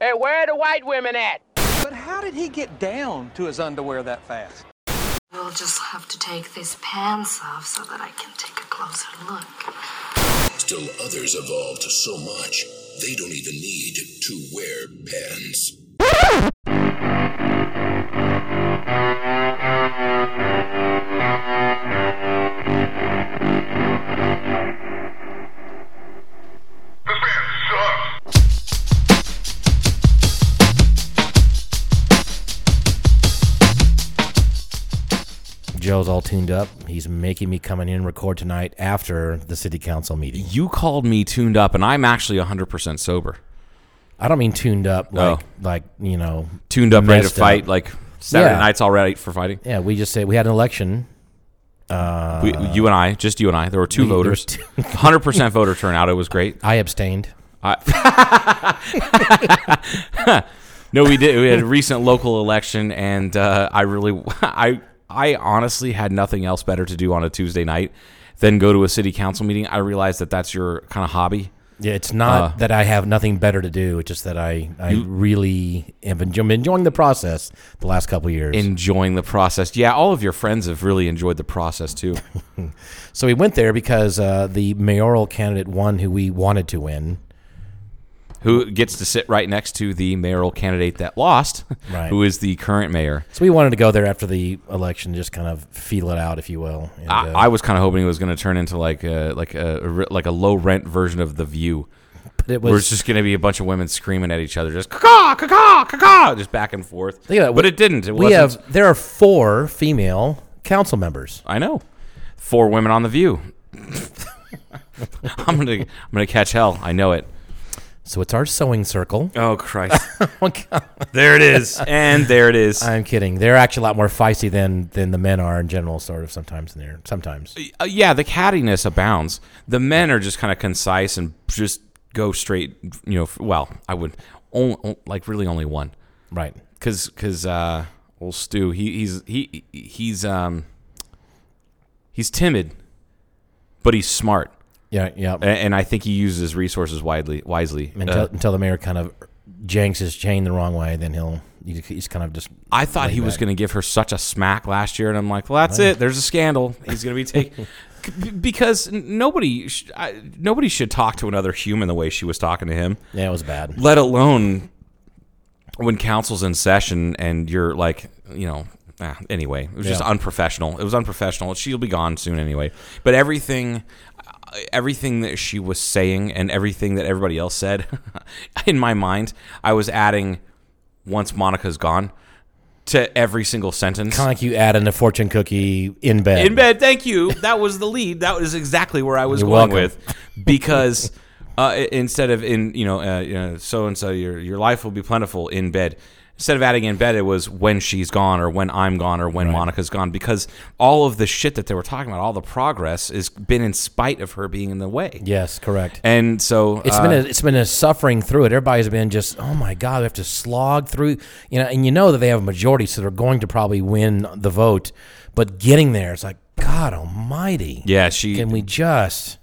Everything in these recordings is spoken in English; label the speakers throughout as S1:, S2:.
S1: Hey, where are the white women at?
S2: But how did he get down to his underwear that fast?
S3: We'll just have to take these pants off so that I can take a closer look.
S4: Still others evolved so much they don't even need to wear pants.
S5: Joe's all tuned up. He's making me come in and record tonight after the city council meeting.
S6: You called me tuned up, and I'm actually 100% sober.
S5: I don't mean tuned up like
S6: Oh.
S5: like you know
S6: Tuned up, ready to
S5: messed
S6: fight.
S5: up.
S6: Like Saturday
S5: Yeah.
S6: night's all right for fighting.
S5: Yeah, we just said we had an election.
S6: we, you and I, just you and I, there Uh. were two
S5: there was
S6: voters. 100% voter turnout. It was great.
S5: I abstained.
S6: No, we did. We had a recent local election, and uh, I really, I, I honestly had nothing else better to do on a Tuesday night than go to a city council meeting. I realized that that's your kind of hobby.
S5: Yeah, it's not
S6: Uh.
S5: that I have nothing better to do. It's just that I, I really am enjoy- enjoying the process the last couple years.
S6: enjoying the process. Yeah, all of your friends have really enjoyed the process too.
S5: so we went there because uh, the mayoral candidate won who we wanted to win.
S6: Who gets to sit right next to the mayoral candidate that lost,
S5: Right.
S6: who is the current mayor.
S5: So we wanted to go there after the election, just kind of feel it out, if you will. And,
S6: I,
S5: uh,
S6: I was kind of hoping it was going to turn into like a like a a re- like a low rent version of the View,
S5: but it
S6: where it's
S5: was
S6: just going to be a bunch of women screaming at each other, just caw caw caw caw, just back and forth.
S5: Look at that.
S6: but it didn't. It
S5: we
S6: wasn't.
S5: have there are four female council members.
S6: I know. Four women on the View. I'm gonna I'm gonna catch hell. I know it.
S5: So it's our sewing circle.
S6: Oh Christ!
S5: Oh, God.
S6: there it is, and there it is.
S5: I'm kidding. They're actually a lot more feisty than than the men are in general. Sort of sometimes in there. Sometimes
S6: uh, yeah, the cattiness abounds. The men are just kind of concise and just go straight. You know, f- well, I would only, like really only one
S5: right.
S6: because because uh, old Stu he he's he he's um he's timid, but he's smart,
S5: Yeah. Yeah.
S6: A- and I think he uses his resources widely wisely.
S5: until,
S6: Uh,
S5: until the mayor kind of janks his chain the wrong way, then he'll he- he's kind of just
S6: I thought he was
S5: back.
S6: going to give her such a smack last year, and I'm like, well, that's it. There's a scandal. He's going to be taken because n- nobody sh- I, nobody should talk to another human the way she was talking to him.
S5: yeah, it was bad.
S6: let alone when council's in session and you're like, you know, ah, anyway, it was just
S5: Yeah.
S6: unprofessional. It was unprofessional. She'll be gone soon anyway. But everything, everything that she was saying and everything that everybody else said, in my mind, I was adding once Monica's gone to every single sentence.
S5: Kind of like you add in a fortune cookie in bed.
S6: In bed, thank you. That was the lead. That was exactly where I was
S5: You're
S6: going
S5: welcome.
S6: with, because uh, i- instead of in you know uh, you know so and so your your life will be plentiful in bed. Instead of adding in bed, it was when she's gone or when I'm gone or when Monica's gone because all of the shit that they were talking about, all the progress, has been in spite of her being in the way.
S5: Yes, correct.
S6: And so
S5: It's
S6: uh,
S5: been a, it's been a suffering through it. Everybody's been just oh my god, we have to slog through, you know. And you know that they have a majority, so they're going to probably win the vote. But getting there, it's like God Almighty.
S6: yeah. She
S5: Can we just?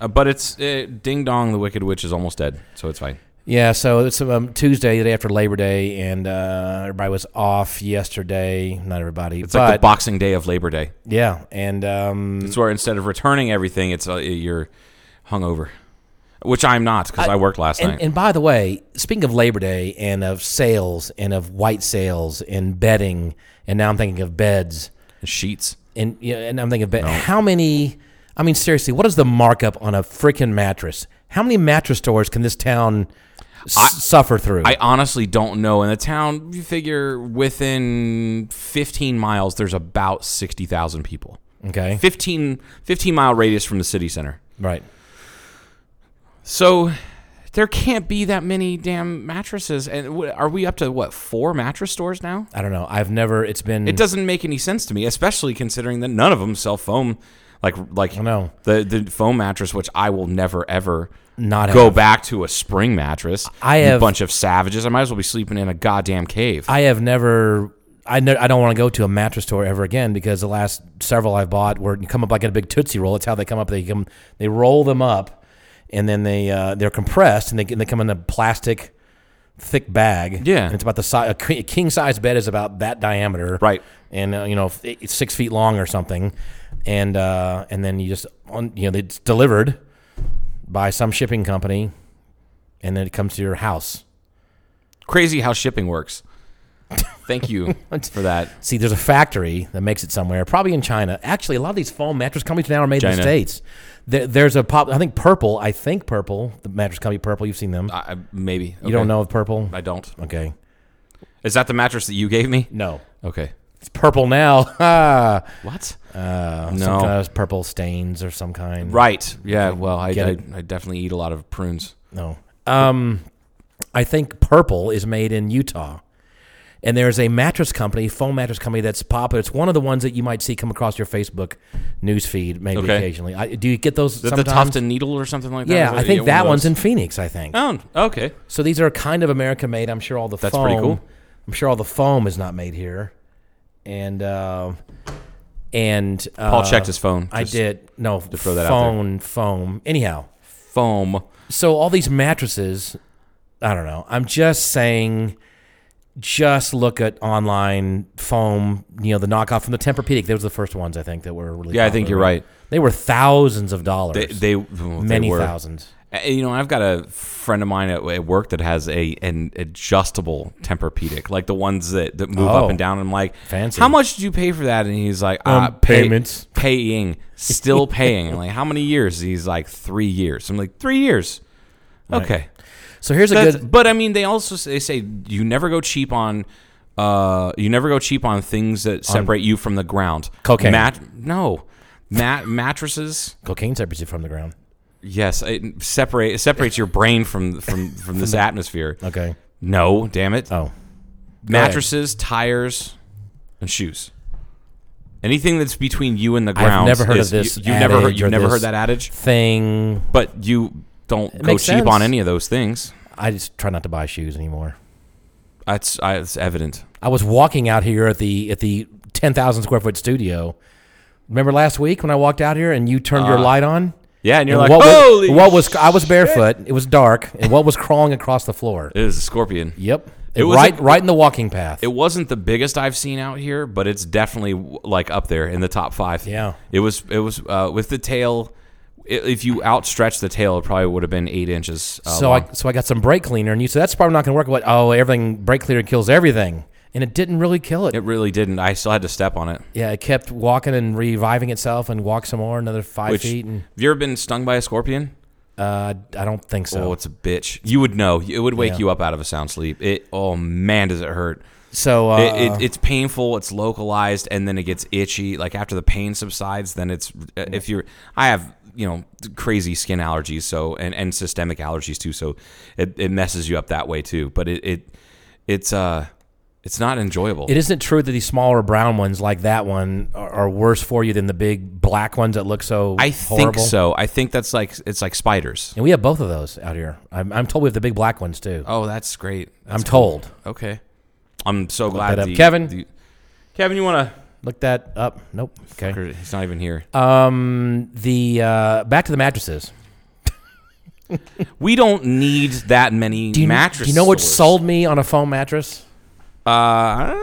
S6: uh, but it's uh, ding dong. The Wicked Witch is almost dead, so it's fine.
S5: Yeah, so it's um, Tuesday, the day after Labor Day, and uh, everybody was off yesterday. Not everybody,
S6: It's
S5: but
S6: like the Boxing Day of Labor Day.
S5: yeah, and um,
S6: It's where instead of returning everything, it's uh, you're hungover, which I'm not because I, worked last
S5: and,
S6: night.
S5: and by the way, speaking of Labor Day and of sales and of white sales and bedding, and now I'm thinking of beds,
S6: Sheets.
S5: and yeah, and I'm thinking of bed. How many? I mean, seriously, what is the markup on a freaking mattress? How many mattress stores can this town s- suffer through?
S6: I honestly don't know. In the town, you figure within 15 miles, there's about 60,000 people.
S5: okay,
S6: 15, 15 mile radius from the city center.
S5: right.
S6: So there can't be that many damn mattresses. And w- are we up to what four mattress stores now?
S5: I don't know. I've never. It's been.
S6: It doesn't make any sense to me, especially considering that none of them sell foam. Like, like
S5: I know.
S6: the the foam mattress, which I will never ever
S5: Not
S6: go
S5: have.
S6: back to a spring mattress.
S5: I
S6: You
S5: have-
S6: bunch of savages. I might as well be sleeping in a goddamn cave.
S5: I have never. I know I don't want to go to a mattress store ever again because the last several I've bought were you come up like in a big tootsie roll. It's how they come up. They come, they roll them up, and then they uh, they're compressed and they and they come in a plastic thick bag.
S6: Yeah.
S5: And it's about the size, a king size bed is about that diameter.
S6: Right.
S5: And, uh, you know, f- it's six feet long or something. And, uh, and then you just, on, you know, it's delivered by some shipping company and then it comes to your house.
S6: Crazy how shipping works. Thank you for that.
S5: See, there's a factory that makes it somewhere, probably in China. Actually, a lot of these foam mattress companies now are made in the
S6: China.
S5: States. There, there's a pop, I think Purple, I think Purple, the mattress company Purple, you've seen them.
S6: I, I- maybe
S5: you don't know of Purple?
S6: I don't.
S5: Okay.
S6: Is that the mattress that you gave me?
S5: No.
S6: Okay.
S5: It's purple now. Ah.
S6: What?
S5: uh, no.
S6: No.
S5: Some kind of purple stains or some kind.
S6: Right. Yeah. Well, I,
S5: Get
S6: I,
S5: it.
S6: I definitely eat a lot of prunes.
S5: No. Um, I think purple is made in Utah. And there's a mattress company, foam mattress company that's popular. It's one of the ones that you might see come across your Facebook newsfeed maybe
S6: Okay.
S5: occasionally. I, do you get those
S6: Is that the
S5: sometimes?
S6: Tufton needle or something like that?
S5: yeah,
S6: Is
S5: I think
S6: one
S5: that
S6: of
S5: one's
S6: those?
S5: in Phoenix, I think.
S6: Oh, okay.
S5: So these are kind of American made. I'm sure all the
S6: That's
S5: foam.
S6: pretty cool.
S5: I'm sure all the foam is not made here. And uh, and uh,
S6: Paul checked his phone.
S5: I
S6: Just
S5: did no
S6: throw that out there.
S5: phone foam. Anyhow,
S6: Foam.
S5: so all these mattresses, I don't know. I'm just saying, just look at online foam. You know, the knockoff from the Tempur-Pedic. Those were the first ones I think that were really.
S6: Yeah, I think
S5: popular.
S6: you're right.
S5: They were thousands of dollars.
S6: They, they well, they
S5: many
S6: were.
S5: thousands.
S6: Uh, You know, I've got a friend of mine at, at work that has a an adjustable Tempur-Pedic, like the ones that, that move
S5: Oh.
S6: up and down. I'm like,
S5: Fancy.
S6: How much did you pay for that? And he's like,
S5: Um,
S6: uh, pay-
S5: payments.
S6: paying, still paying. I'm like, how many years? He's like, three years. I'm like, three years. Okay.
S5: So here's a
S6: That's-
S5: good.
S6: but I mean, they also say, they say you never go cheap on. Uh, you never go cheap on things that separate you from the ground.
S5: Cocaine.
S6: Mat- no, mat mattresses.
S5: Cocaine's obviously from the ground.
S6: Yes, it separate it separates your brain from from from this atmosphere.
S5: Okay.
S6: No, damn it.
S5: Oh,
S6: Mattresses, tires, and shoes. Anything that's between you and the
S5: I've
S6: ground.
S5: never heard
S6: is-
S5: of this
S6: You, have never heard,
S5: adage or
S6: you've never
S5: this-
S6: heard that adage,
S5: thing.
S6: but you don't go cheap
S5: makes
S6: on
S5: sense.
S6: any of those things.
S5: I just try not to buy shoes anymore.
S6: That's I, it's evident.
S5: I was walking out here at the at the ten thousand square foot studio. Remember last week when I walked out here and you turned your light on?
S6: Uh, Yeah, and you're
S5: And
S6: like,
S5: what
S6: holy.
S5: Was, what was I was barefoot. It was dark, and what was crawling across the floor?
S6: It is a scorpion.
S5: Yep,
S6: It was
S5: right
S6: a-
S5: right in the walking path.
S6: It wasn't the biggest I've seen out here, but it's definitely like up there in the top five.
S5: Yeah.
S6: it was. It was uh, with the tail. i- If you outstretched the tail, it probably would have been eight inches. Uh,
S5: so
S6: long.
S5: I so I got some brake cleaner, and you said that's probably not going to work. What? Oh, everything brake cleaner kills everything, and it didn't really kill it.
S6: it really didn't. I still had to step on it.
S5: yeah, it kept walking and reviving itself, and walk some more, another five
S6: Which
S5: feet, and
S6: have you ever been stung by a scorpion?
S5: uh, I don't think so.
S6: Oh, it's a bitch. You would know. It would wake
S5: Yeah.
S6: you up out of a sound sleep. It. Oh man, does it hurt.
S5: so uh,
S6: It, it, it's painful. It's localized, and then it gets itchy. Like after the pain subsides, then it's uh, if you're. I have you know crazy skin allergies, so and, and systemic allergies too. So it, it messes you up that way too. But it, it it's uh it's not enjoyable.
S5: It isn't true that these smaller brown ones like that one are, are worse for you than the big black ones that look so
S6: I
S5: horrible.
S6: think so. I think that's like it's like spiders.
S5: And we have both of those out here. I'm, I'm told we have the big black ones too.
S6: Oh, that's great. That's
S5: I'm told.
S6: cool. Okay. I'm so glad
S5: that up.
S6: the-
S5: Kevin?
S6: the- Kevin, you want
S5: Look that up. Nope. Okay.
S6: to? He's not even here.
S5: Um, the uh, back to the mattresses.
S6: we don't need that many
S5: Do you,
S6: mattress.
S5: do you know what
S6: stores.
S5: sold me on a foam mattress?
S6: Uh,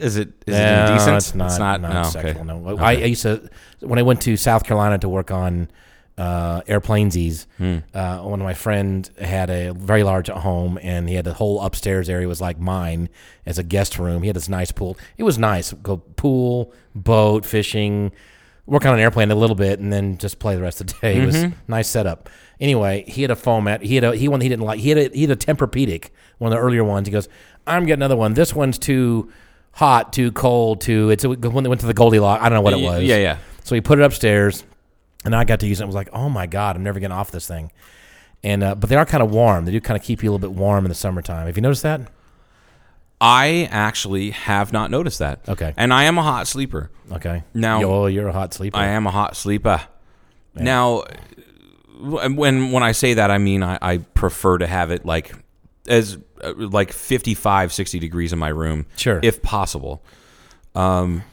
S6: is it is
S5: No,
S6: it indecent?
S5: It's not. not
S6: no, okay.
S5: sexual. No. I, I used to when I went to South Carolina to work on uh, airplanesies.
S6: Hmm.
S5: Uh, one of my friends had a very large home, and he had the whole upstairs area was like mine as a guest room. He had this nice pool. It was nice. Go pool, boat, fishing. Work on an airplane a little bit and then just play the rest of the day. It was
S6: Mm-hmm.
S5: nice setup. Anyway, he had a foam mat. He had a he one he didn't like. He had a he had a Tempur-Pedic, one of the earlier ones. He goes, I'm getting another one. This one's too hot, too cold, too. It's when they went to the Goldilocks. I don't know what it
S6: Y-
S5: was.
S6: yeah, yeah.
S5: So he put it upstairs, and I got to use it. I was like, oh my god, I'm never getting off this thing. And uh, but they are kind of warm. They do kind of keep you a little bit warm in the summertime. Have you noticed that?
S6: I actually have not noticed that.
S5: Okay.
S6: And I am a hot sleeper.
S5: Okay.
S6: No.
S5: Yo, you're a hot sleeper.
S6: I am a hot sleeper. Now, w- when when I say that, I mean I, I prefer to have it like as uh, like 55, 60 degrees in my room,
S5: Sure.
S6: if possible. Um,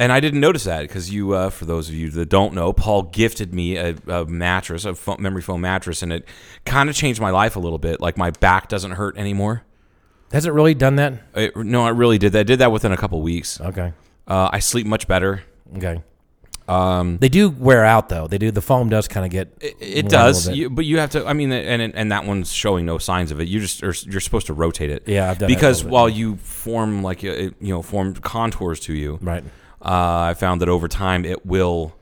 S6: and I didn't notice that because you, uh, for those of you that don't know, Paul gifted me a, a mattress, a fo memory foam mattress, and it kind of changed my life a little bit. Like my back doesn't hurt anymore.
S5: Has it really done that?
S6: It, no, I really did that. I did that within a couple weeks.
S5: Okay.
S6: Uh, I sleep much better.
S5: Okay. Um, they do wear out though. They do. The foam does kind of get. worn
S6: It,
S5: a
S6: it
S5: little
S6: does,
S5: bit.
S6: you, but you have to. I mean, and and- and that one's showing no signs of it. You just are, you're supposed to rotate it.
S5: Yeah, I've done it a
S6: because
S5: little bit.
S6: while you form like uh, you know form contours to you,
S5: right.
S6: Uh, I found that over time it will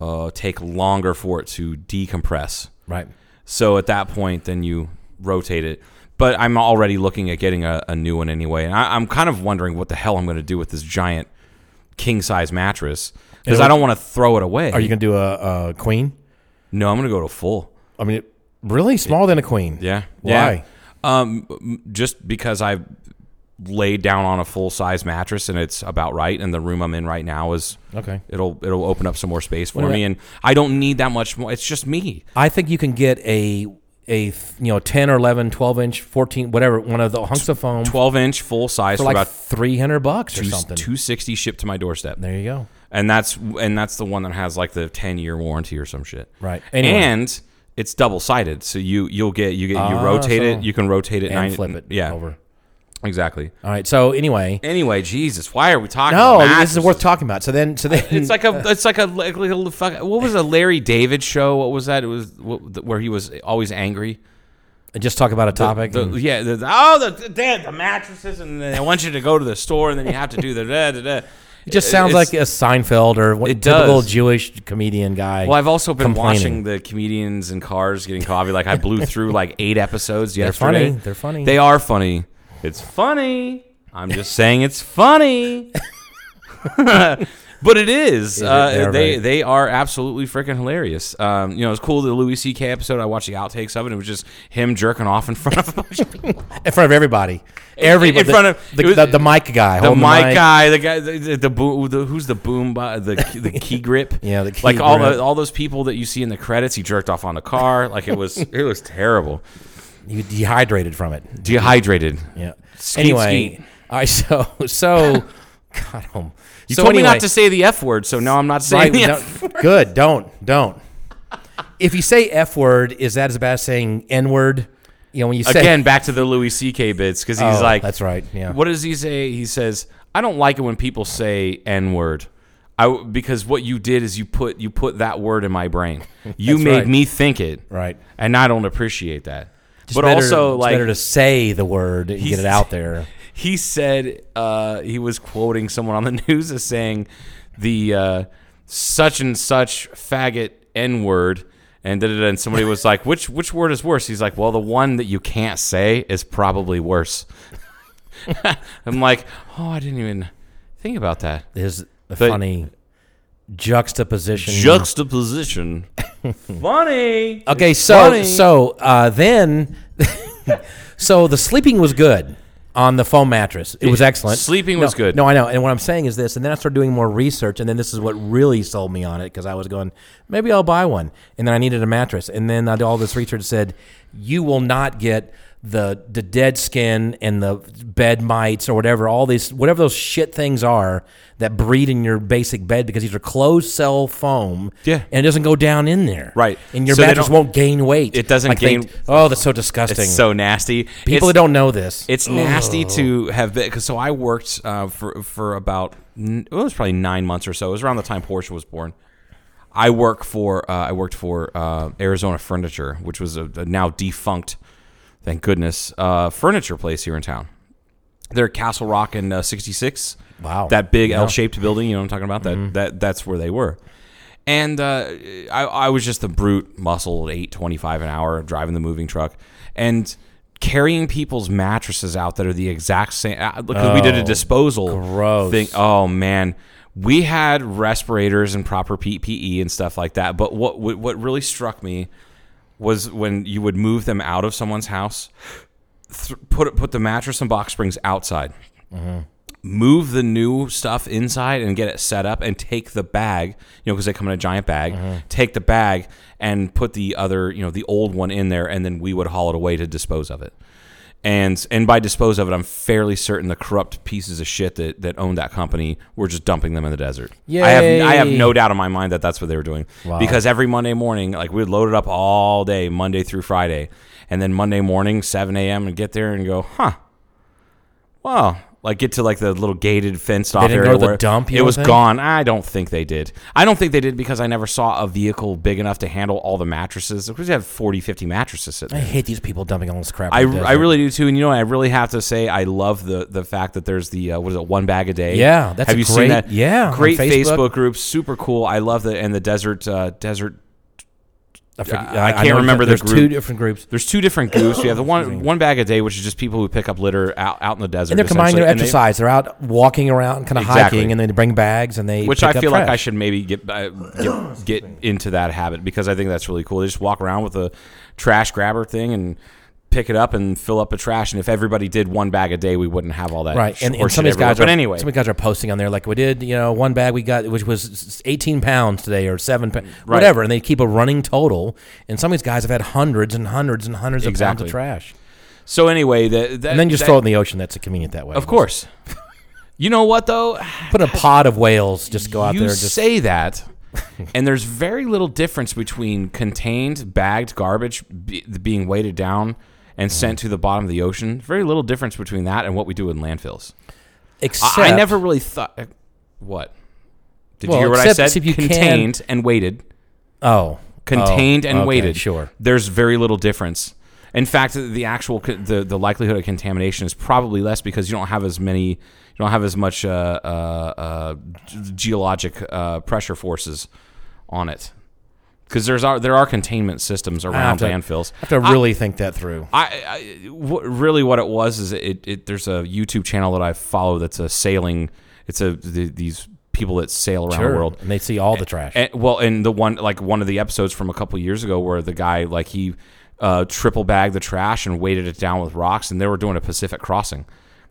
S6: uh, take longer for it to decompress.
S5: Right.
S6: So at that point, then you rotate it. But I'm already looking at getting a, a new one anyway, and I, I'm kind of wondering what the hell I'm going to do with this giant king size mattress because I
S5: It'll-
S6: don't want to throw it away.
S5: Are you gonna do a, a queen?
S6: no, I'm going to go to full.
S5: I mean, it- really smaller than a queen.
S6: Yeah.
S5: Why?
S6: Yeah. Um, m- just because I laid down on a full size mattress and it's about right, and the room I'm in right now is
S5: Okay.
S6: It'll it'll open up some more space for
S5: about-
S6: me, and I don't need that much more. It's just me.
S5: I think you can get a a you know 10 or 11, 12 inch, 14, whatever one of the hunks of foam
S6: Twelve inch full size
S5: for
S6: for,
S5: like
S6: about
S5: three hundred bucks or something.
S6: two sixty shipped to my doorstep.
S5: There you go.
S6: and that's and that's the one that has like the 10 year warranty or some shit
S5: Right. Anyway.
S6: and it's double sided so you you'll get you get you rotate
S5: Ah, so-
S6: it you can rotate it
S5: And
S6: nine-
S5: flip it.
S6: yeah
S5: Over.
S6: exactly
S5: All right. So anyway,
S6: anyway jesus why are we talking
S5: no,
S6: about
S5: this is
S6: mattresses?
S5: worth talking about. So then, so then
S6: it's like a it's like a like, like a fuck, what was a larry david show what was that it was what, where he was always angry
S5: just talk about a topic.
S6: The-
S5: and-
S6: yeah the, oh the, the damn, the mattresses and then i want you to go to the store and then you have to do the da, da, da.
S5: it just sounds
S6: It's-
S5: like a Seinfeld or what,
S6: It
S5: typical
S6: does.
S5: Jewish comedian guy.
S6: Well, I've also been
S5: complaining.
S6: watching the comedians in cars getting coffee. Like I blew through like eight episodes yesterday.
S5: funny. They're funny.
S6: They are funny. It's funny. I'm just saying it's funny. but it is. uh,
S5: they are
S6: they
S5: very-
S6: they are absolutely freaking hilarious. Um, you know, it's cool the Louis C.K. episode. I watched the outtakes of it. It was just him jerking off in front of a bunch of people.
S5: in front of everybody. Everybody
S6: in front of-
S5: the,
S6: it was-
S5: the, the mic guy.
S6: The mic,
S5: holding
S6: guy, the guy, the, the, the, boom, the who's the boom, bo- the the key grip,
S5: Yeah, the key
S6: like all
S5: grip.
S6: the, all those people that you see in the credits, he jerked off on the car, like it was it was terrible,
S5: You dehydrated from it.
S6: dehydrated.
S5: Yeah.
S6: Skeet,
S5: anyway,
S6: skeet.
S5: all right. So so, God, um,
S6: You told me not to say the f word, so now I'm not saying
S5: Right,
S6: the F-
S5: don't- good. Don't don't. If you say f word, is that as bad as saying n word? You know when you say
S6: again. Back to the Louis C.K. bits because he's
S5: Oh,
S6: like,
S5: that's right, yeah.
S6: What does he say? He says, I don't like it when people say n word. I, w- because what you did is you put you put that word in my brain. You
S5: That's
S6: made
S5: right.
S6: me think it,
S5: Right.
S6: And I don't appreciate that.
S5: It's
S6: but
S5: better-
S6: also,
S5: it's
S6: like,
S5: better to say the word and get it out there.
S6: he said uh, he was quoting someone on the news as saying the uh, such and such faggot n word and da, da, da, and somebody was like which which word is worse he's like well the one that you can't say is probably worse i'm like oh i didn't even think about that
S5: Is a
S6: But-
S5: funny juxtaposition.
S6: juxtaposition funny
S5: Okay,
S6: It's
S5: so
S6: funny.
S5: so uh, then, so the sleeping was good on the foam mattress. It was excellent.
S6: Sleeping
S5: No,
S6: was good.
S5: No, I know. And what I'm saying is this. And then I started doing more research, and then this is what really sold me on it because I was going, maybe I'll buy one. And then I needed a mattress, and then I did all this research. and Said you will not get the the dead skin and the bed mites or whatever all these whatever those shit things are that breed in your basic bed because these are closed cell foam
S6: Yeah.
S5: and it doesn't go down in there
S6: Right.
S5: and your
S6: So they
S5: mattress
S6: don't-
S5: won't gain weight.
S6: It doesn't
S5: they-
S6: gain-
S5: oh, that's so disgusting.
S6: it's so nasty
S5: people
S6: It's-
S5: that don't know this.
S6: It's nasty to have been because so I worked uh, for for about n- it was probably nine months or so. It was around the time Portia was born. I work for uh, I worked for uh, Arizona Furniture, which was a, a now defunct, thank goodness, uh, furniture place here in town. They're at Castle Rock and uh, 66.
S5: Wow.
S6: That big
S5: Yeah. Mm-hmm.
S6: L-shaped building, you know what I'm talking about? That that that's where they were. And uh, I, I was just a brute muscle at 825 an hour driving the moving truck and carrying people's mattresses out that are the exact same uh, because we did a
S5: Oh,
S6: disposal
S5: gross.
S6: thing. Oh man. We had respirators and proper PPE and stuff like that, but what what what really struck me was when you would move them out of someone's house, th- put put the mattress and box springs outside, move the new stuff inside and get it set up, and take the bag, you know, because they come in a giant bag. Take the bag and put the other, you know, the old one in there, and then we would haul it away to dispose of it. And and by dispose of it, I'm fairly certain the corrupt pieces of shit that, that owned that company were just dumping them in the desert. I have I have
S5: Yay.
S6: no doubt in my mind that that's what they were doing. Because every Monday morning, like we would load it up all day, Monday through Friday, and then Monday morning, seven a.m. and get there and go, huh? Wow. Like get to like the little gated fenced off
S5: didn't
S6: area
S5: go to the
S6: where
S5: dump, you
S6: it
S5: don't
S6: was
S5: think?
S6: gone. I don't think they did. I don't think they did because I never saw a vehicle big enough to handle all the mattresses. Of course, you have 40, 50 mattresses sitting
S5: I
S6: there.
S5: hate these people dumping all this crap.
S6: I,
S5: in the
S6: I
S5: desert.
S6: really do too, and you know I really have to say I love the the fact that there's the uh, what is it one bag a day?
S5: Yeah, that's
S6: have
S5: a
S6: you seen
S5: great-
S6: that?
S5: yeah, on
S6: great
S5: Facebook.
S6: Facebook. group, super cool. I love the and the desert uh, desert
S5: I, forget-
S6: I can't
S5: know
S6: remember the
S5: There's two
S6: group.
S5: different groups.
S6: There's two different groups. You have the one one bag a day, which is just people who pick up litter out, out in the desert.
S5: And they're combining their
S6: essentially, and they-
S5: exercise. They, are out walking around, kind of
S6: Exactly.
S5: hiking, and they bring bags and they.
S6: which
S5: pick
S6: I
S5: up
S6: feel like I
S5: trash.
S6: should maybe get, uh, get get into that habit because I think that's really cool. They just walk around with a trash grabber thing and pick it up and fill up a trash. And if everybody did one bag a day, we wouldn't have all that.
S5: Right, and, and
S6: horse
S5: some of
S6: shit
S5: these guys
S6: everywhere.
S5: are.
S6: but anyway,
S5: some of these guys are posting on there like we did. You know, one bag we got, which was 18 pounds today, or seven, pounds, whatever, and they keep a running total. And some of these guys have had hundreds and hundreds and hundreds
S6: Exactly.
S5: of pounds of trash,
S6: so anyway, that, that
S5: and then you just
S6: that-
S5: throw it in the ocean. That's convenient that way.
S6: Of course, you know what though?
S5: put in a pod of whales. Just go out
S6: you
S5: there. Just
S6: say that, and there's very little difference between contained, bagged garbage be, being weighted down and
S5: Mm-hmm.
S6: sent to the bottom of the ocean. Very little difference between that and what we do in landfills.
S5: except
S6: I, I never really thought. uh, What? Did
S5: Well,
S6: you hear what I
S5: except-
S6: said?
S5: except you can-
S6: Contained and weighted.
S5: Oh,
S6: Contained
S5: Oh,
S6: and
S5: okay,
S6: weighted.
S5: Sure.
S6: There's very little difference. In fact, the actual co- the the likelihood of contamination is probably less because you don't have as many you don't have as much uh, uh, uh, ge- geologic uh, pressure forces on it because there's are there are containment systems
S5: I have
S6: around
S5: to,
S6: landfills.
S5: I have to really think that through.
S6: I, I what, really what it was is it, it there's a YouTube channel that I follow that's a sailing. It's a th these people that sail around the world.
S5: and they see all the trash.
S6: And, well, and the one like one of the episodes from a couple years ago where the guy like he uh, triple bagged the trash and weighted it down with rocks, and they were doing a Pacific crossing.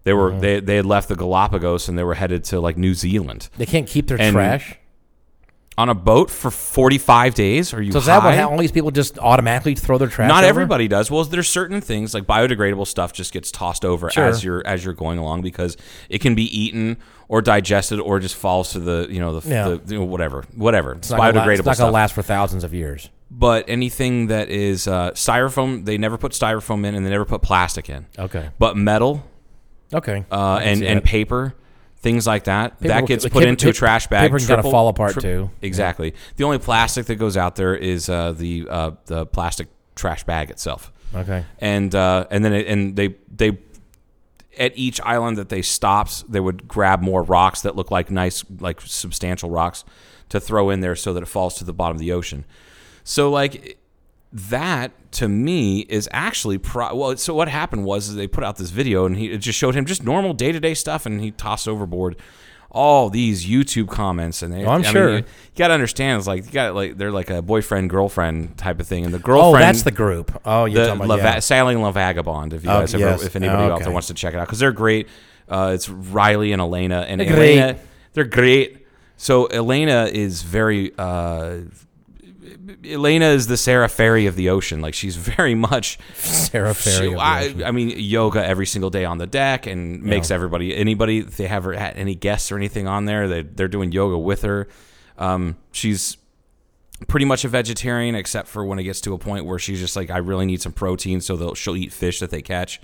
S6: They were
S5: Mm-hmm.
S6: they they had left the Galapagos and they were headed to like New Zealand
S5: they can't keep their
S6: and-
S5: trash.
S6: on a boat for 45 days. Are you
S5: So is that what
S6: high?
S5: hap- all these people just automatically throw their trash?
S6: Not
S5: over?
S6: everybody does. Well, there's certain things like biodegradable stuff just gets tossed over
S5: Sure.
S6: as you're as you're going along because it can be eaten or digested or just falls to the you know the,
S5: Yeah.
S6: the you know, whatever whatever
S5: It's
S6: it's
S5: not gonna la-
S6: biodegradable
S5: It's not going
S6: stuff.
S5: to last for thousands of years.
S6: But anything that is uh, styrofoam, they never put styrofoam in and they never put plastic in.
S5: Okay.
S6: But metal
S5: Okay.
S6: uh, and and paper. Things like that
S5: Paper
S6: that
S5: will-
S6: gets
S5: like,
S6: put
S5: paper-
S6: into a trash bag.
S5: paper can kinda
S6: triple-
S5: fall apart, too.
S6: Exactly. The only plastic that goes out there is uh, the uh, the plastic trash bag itself
S5: okay.
S6: and uh, and then it, and they they at each island that they stopped, they would grab more rocks that look like nice, like substantial rocks to throw in there so that it falls to the bottom of the ocean. So like that to me is actually pro- well. So what happened was is they put out this video and he it just showed him just normal day to day stuff and he tossed overboard all these YouTube comments and they,
S5: Oh, I'm sure.
S6: you, got to understand it's like you got like they're like a boyfriend girlfriend type of thing and the
S5: Oh,
S6: girlfriend
S5: that's the group. Oh, you're
S6: the
S5: talking
S6: La
S5: about yeah.
S6: Sailing La Vagabond. If you
S5: Oh,
S6: guys ever,
S5: yes.
S6: if anybody out
S5: Okay.
S6: there wants to check it out, because they're great. Uh, it's Riley and Elena, and
S5: They're great.
S6: Elena, they're great. So Elena is very. Uh, Elena is the Sarah Ferry of the ocean. Like she's very much.
S5: Sarah Ferry.
S6: she-
S5: of
S6: I,
S5: Russian.
S6: I mean, yoga every single day on the deck, and makes everybody anybody if they have her- had any guests or anything on there. They they're doing yoga with her. Um, she's pretty much a vegetarian except for when it gets to a point where she's just like i really need some protein so they'll, she'll eat fish that they catch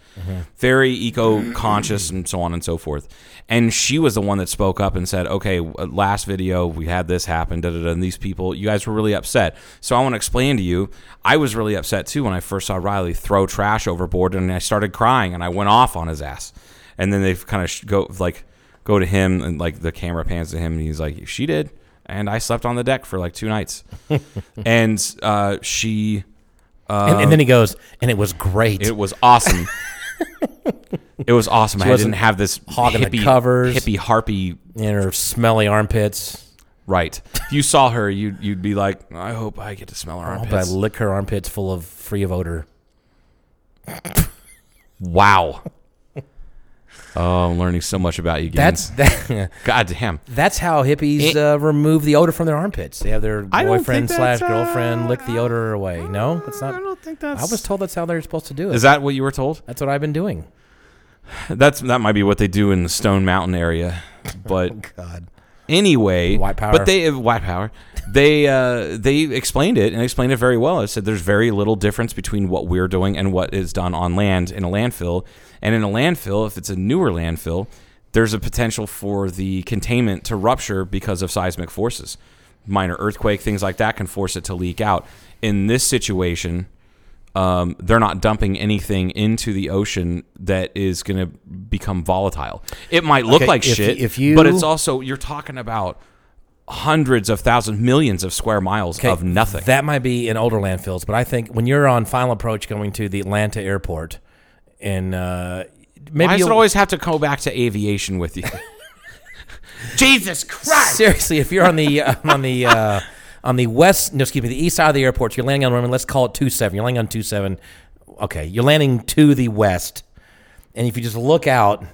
S6: very eco-conscious and so on and so forth and she was the one that spoke up and said okay w- last video we had this happen da, da, da, and these people you guys were really upset so i want to explain to you i was really upset too when i first saw riley throw trash overboard and i started crying and i went off on his ass and then they kind of sh- go like go to him and like the camera pans to him and he's like she did and i slept on the deck for like two nights and uh, she
S5: and, and then he goes, and it was great.
S6: um, it was awesome it was awesome i
S5: wasn't
S6: didn't have this
S5: hogging the
S6: hippie,
S5: covers.
S6: hippie harpy
S5: and her smelly armpits.
S6: right if you saw her you'd, you'd be like i hope i get to smell her
S5: I hope Oh, I
S6: armpits
S5: lick her armpits full of free of odor.
S6: wow oh i'm learning so much about you Gaines.
S5: That's that,
S6: god damn
S5: That's how hippies
S6: It-
S5: uh, remove the odor from their armpits. They have their
S6: I don't think
S5: boyfriend slash
S6: that's, uh,
S5: girlfriend lick the odor away. No, that's not. I
S6: don't think that's-
S5: I was told that's how they're supposed to do it.
S6: is that what you were told
S5: that's what I've been doing.
S6: that's that might be what they do in the stone mountain area but
S5: Oh, God.
S6: anyway.
S5: White power.
S6: But they white power. They uh, they explained it and explained it very well. It said there's very little difference between what we're doing and what is done on land in a landfill. And in a landfill, if it's a newer landfill, there's a potential for the containment to rupture because of seismic forces. Minor earthquake, things like that can force it to leak out. In this situation, um, they're not dumping anything into the ocean that is going to become volatile. It might look
S5: Okay,
S6: like
S5: if-
S6: shit,
S5: if you-
S6: but it's also you're talking about hundreds of thousands, millions of square miles of nothing.
S5: That might be in older landfills, but I think when you're on final approach going to the Atlanta airport, and uh, maybe
S6: Why does it
S5: you'll-
S6: always have to go back to aviation with you? Jesus Christ!
S5: seriously, if you're on the uh, on the uh, on the west, no, excuse me, the east side of the airport, so you're landing on I mean, let's call it two seven. You're landing on two seven. Okay, you're landing to the west, and if you just look out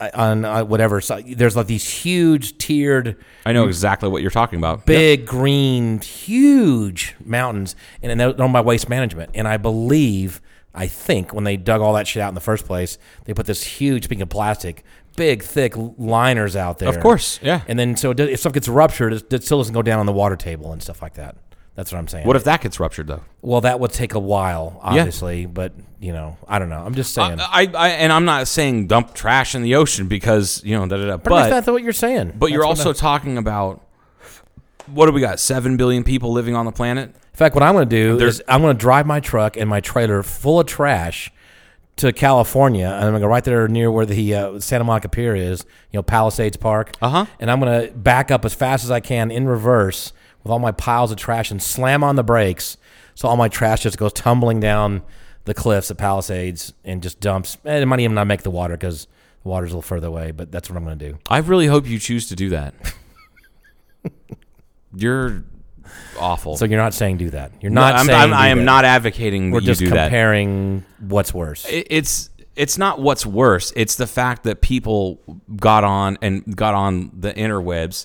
S5: uh, on uh, whatever side, there's like these huge tiered
S6: I know exactly what you're talking about.
S5: big green huge mountains and and they're owned by waste management and i believe i think when they dug all that shit out in the first place they put this huge speaking of plastic big thick liners out there
S6: Of course, yeah.
S5: and then so it does- if stuff gets ruptured it, it still doesn't go down on the water table and stuff like that that's what i'm saying
S6: What if that gets ruptured though?
S5: well that would take a while obviously but you know i don't know i'm just saying
S6: I, I and I'm not saying dump trash in the ocean because you know da da da.
S5: but at least
S6: But
S5: that's what you're saying
S6: But you're
S5: That's what
S6: also
S5: I'm-
S6: talking about what do we got? Seven billion people living on the planet.
S5: In fact, what I'm going to do
S6: There's-
S5: is I'm going to drive my truck and my trailer full of trash to California, and I'm going to go right there near where the uh, Santa Monica Pier is, you know, Palisades Park.
S6: Uh-huh.
S5: And I'm going to back up as fast as I can in reverse with all my piles of trash and slam on the brakes, so all my trash just goes tumbling down the cliffs at Palisades and just dumps. And it might even not make the water because the water's a little further away, but that's what I'm going to do.
S6: I really hope you choose to do that. you're awful.
S5: So you're not saying do that. You're
S6: No,
S5: not
S6: I'm,
S5: saying
S6: I'm,
S5: do
S6: I am
S5: that.
S6: not advocating that
S5: We're
S6: you
S5: just
S6: do that.
S5: comparing what's worse.
S6: It- It's it's not what's worse. It's the fact that people got on and got on the interwebs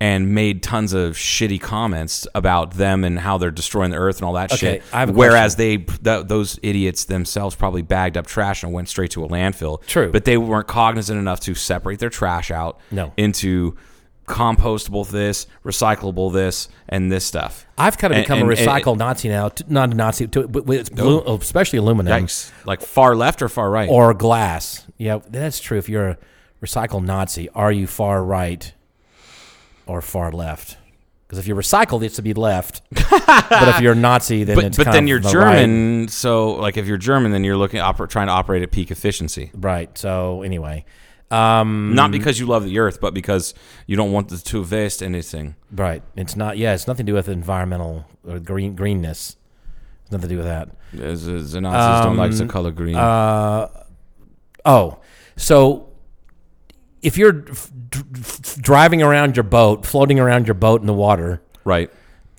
S6: and made tons of shitty comments about them and how they're destroying the earth and all that
S5: Okay,
S6: shit.
S5: I have a
S6: Whereas they th- those idiots themselves probably bagged up trash and went straight to a landfill.
S5: True.
S6: but they weren't cognizant enough to separate their trash out
S5: No.
S6: into compostable this, recyclable this, and this stuff.
S5: I've kind of
S6: And-
S5: become
S6: and-
S5: a
S6: and-
S5: recycle Nazi now, t- not a Nazi, to, but with- it's blue, oh, especially aluminum
S6: Yikes! Like far left or far right?
S5: or glass. Yeah, that's true. If you're a recycle Nazi, are you far right or far left? Because if you're recycled, it's to be left. but if you're Nazi, then
S6: but,
S5: it's
S6: but
S5: kind
S6: then
S5: of
S6: you're
S5: the
S6: German, so like if you're German, then you're looking oper- trying to operate at peak efficiency,
S5: right. right. So anyway, Mm-hmm.
S6: not because you love the earth, but because you don't want the to waste anything.
S5: right. It's not. Yeah, it's nothing to do with environmental or green greenness. It's nothing to do with that.
S6: As- as The Nazis don't like
S5: Um,
S6: the color green.
S5: uh, Oh, so if you're f- d- f- driving around your boat, floating around your boat in the water,
S6: right.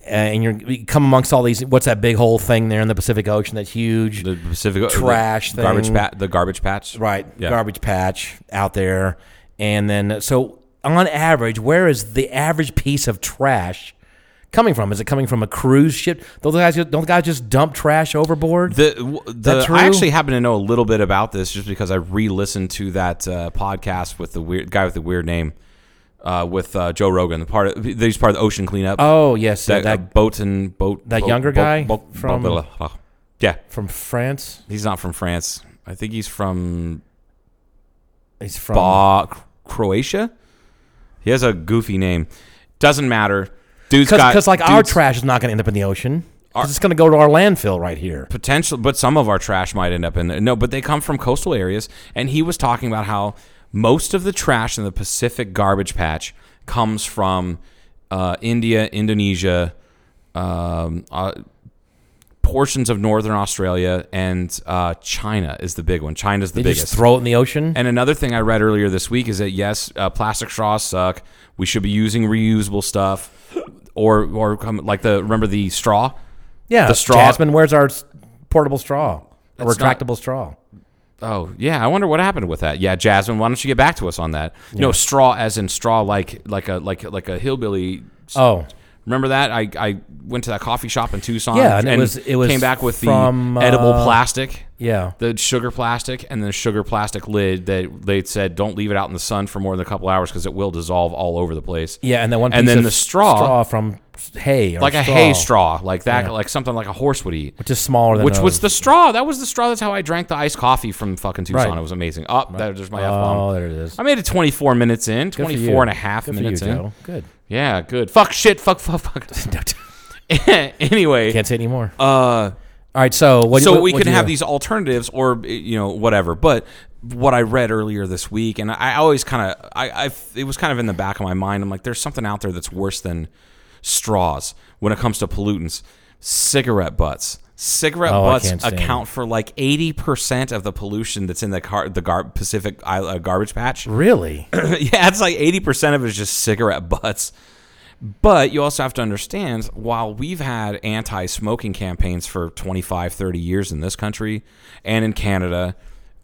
S5: uh, and you're, you come amongst all these, what's that big whole thing there in the Pacific Ocean that's huge?
S6: The Pacific uh,
S5: trash
S6: the garbage
S5: thing.
S6: patch, the garbage patch,
S5: right,
S6: Yeah.
S5: garbage patch out there. And then, so on average, where is the average piece of trash coming from? Is it coming from a cruise ship? Those guys, don't the guys just dump trash overboard?
S6: The, w- the
S5: that
S6: I
S5: true?
S6: actually happen to know a little bit about this just because I re-listened to that uh, podcast with the weird guy with the weird name uh, with uh, Joe Rogan. The part of, he's part of the ocean cleanup.
S5: oh, yes,
S6: that,
S5: that,
S6: uh, boat and boat
S5: that
S6: boat-
S5: younger
S6: boat-
S5: guy
S6: boat-
S5: from-
S6: blah, blah, blah. yeah
S5: from France.
S6: he's not from france i think he's from
S5: He's from.
S6: ba C- croatia he has a goofy name doesn't matter dude's got
S5: because like our
S6: dude's
S5: trash is not going to end up in the ocean. 'Cause it's going to go to our landfill right here.
S6: potential but some of our trash might end up in there no but they come from coastal areas and he was talking about how most of the trash in the pacific garbage patch comes from uh, india indonesia um, uh, portions of northern australia and uh, china is the big one china's the
S5: They
S6: biggest
S5: just throw it in the ocean.
S6: And another thing I read earlier this week is that yes, uh, plastic straws suck. We should be using reusable stuff, or or come, like the remember the straw.
S5: yeah,
S6: the straw-
S5: Jasmine, where's our s- portable straw? A
S6: That's not-
S5: retractable straw.
S6: Oh yeah, I wonder what happened with that. Yeah, Jasmine, why don't you get back to us on that? No straw, as in straw, like like a like like a hillbilly.
S5: Oh,
S6: Remember that? I, I went to that coffee shop in Tucson.
S5: Yeah, and it was- it was
S6: came back with
S5: from,
S6: the edible
S5: uh,
S6: plastic.
S5: Yeah.
S6: the sugar plastic and the sugar plastic lid that they said don't leave it out in the sun for more than a couple hours because it will dissolve all over the place.
S5: Yeah, and that one. Piece
S6: and then
S5: of
S6: the straw,
S5: straw from hay, or
S6: like a hay straw, like that, like something like a horse would eat.
S5: which is smaller than
S6: Which
S5: those.
S6: was the straw? That was the straw. That's how I drank the iced coffee from fucking Tucson.
S5: Right.
S6: It was amazing. Up there, there's my F
S5: Oh,
S6: bomb.
S5: there it is.
S6: I made it 24 minutes in,
S5: Good for
S6: 24
S5: you.
S6: and a half
S5: Good for
S6: minutes
S5: you,
S6: in.
S5: Joe. Good.
S6: Yeah, good. Fuck shit. Fuck fuck fuck.
S5: Can't
S6: anyway,
S5: say anymore. more.
S6: uh,
S5: All right, so what?
S6: so
S5: what-
S6: we
S5: what
S6: can
S5: do you-
S6: have these alternatives or eh, you know whatever but what i read earlier this week and i always kind of I, I it was kind of in the back of my mind i'm like there's something out there that's worse than straws when it comes to pollutants cigarette butts cigarette
S5: Oh, I
S6: butts
S5: can't stand
S6: account for like 80% of the pollution that's in the car the gar- pacific I- uh, garbage patch
S5: Really?
S6: yeah, it's like 80% of it is just cigarette butts. But you also have to understand while we've had anti smoking campaigns for 25, 30 years in this country and in Canada,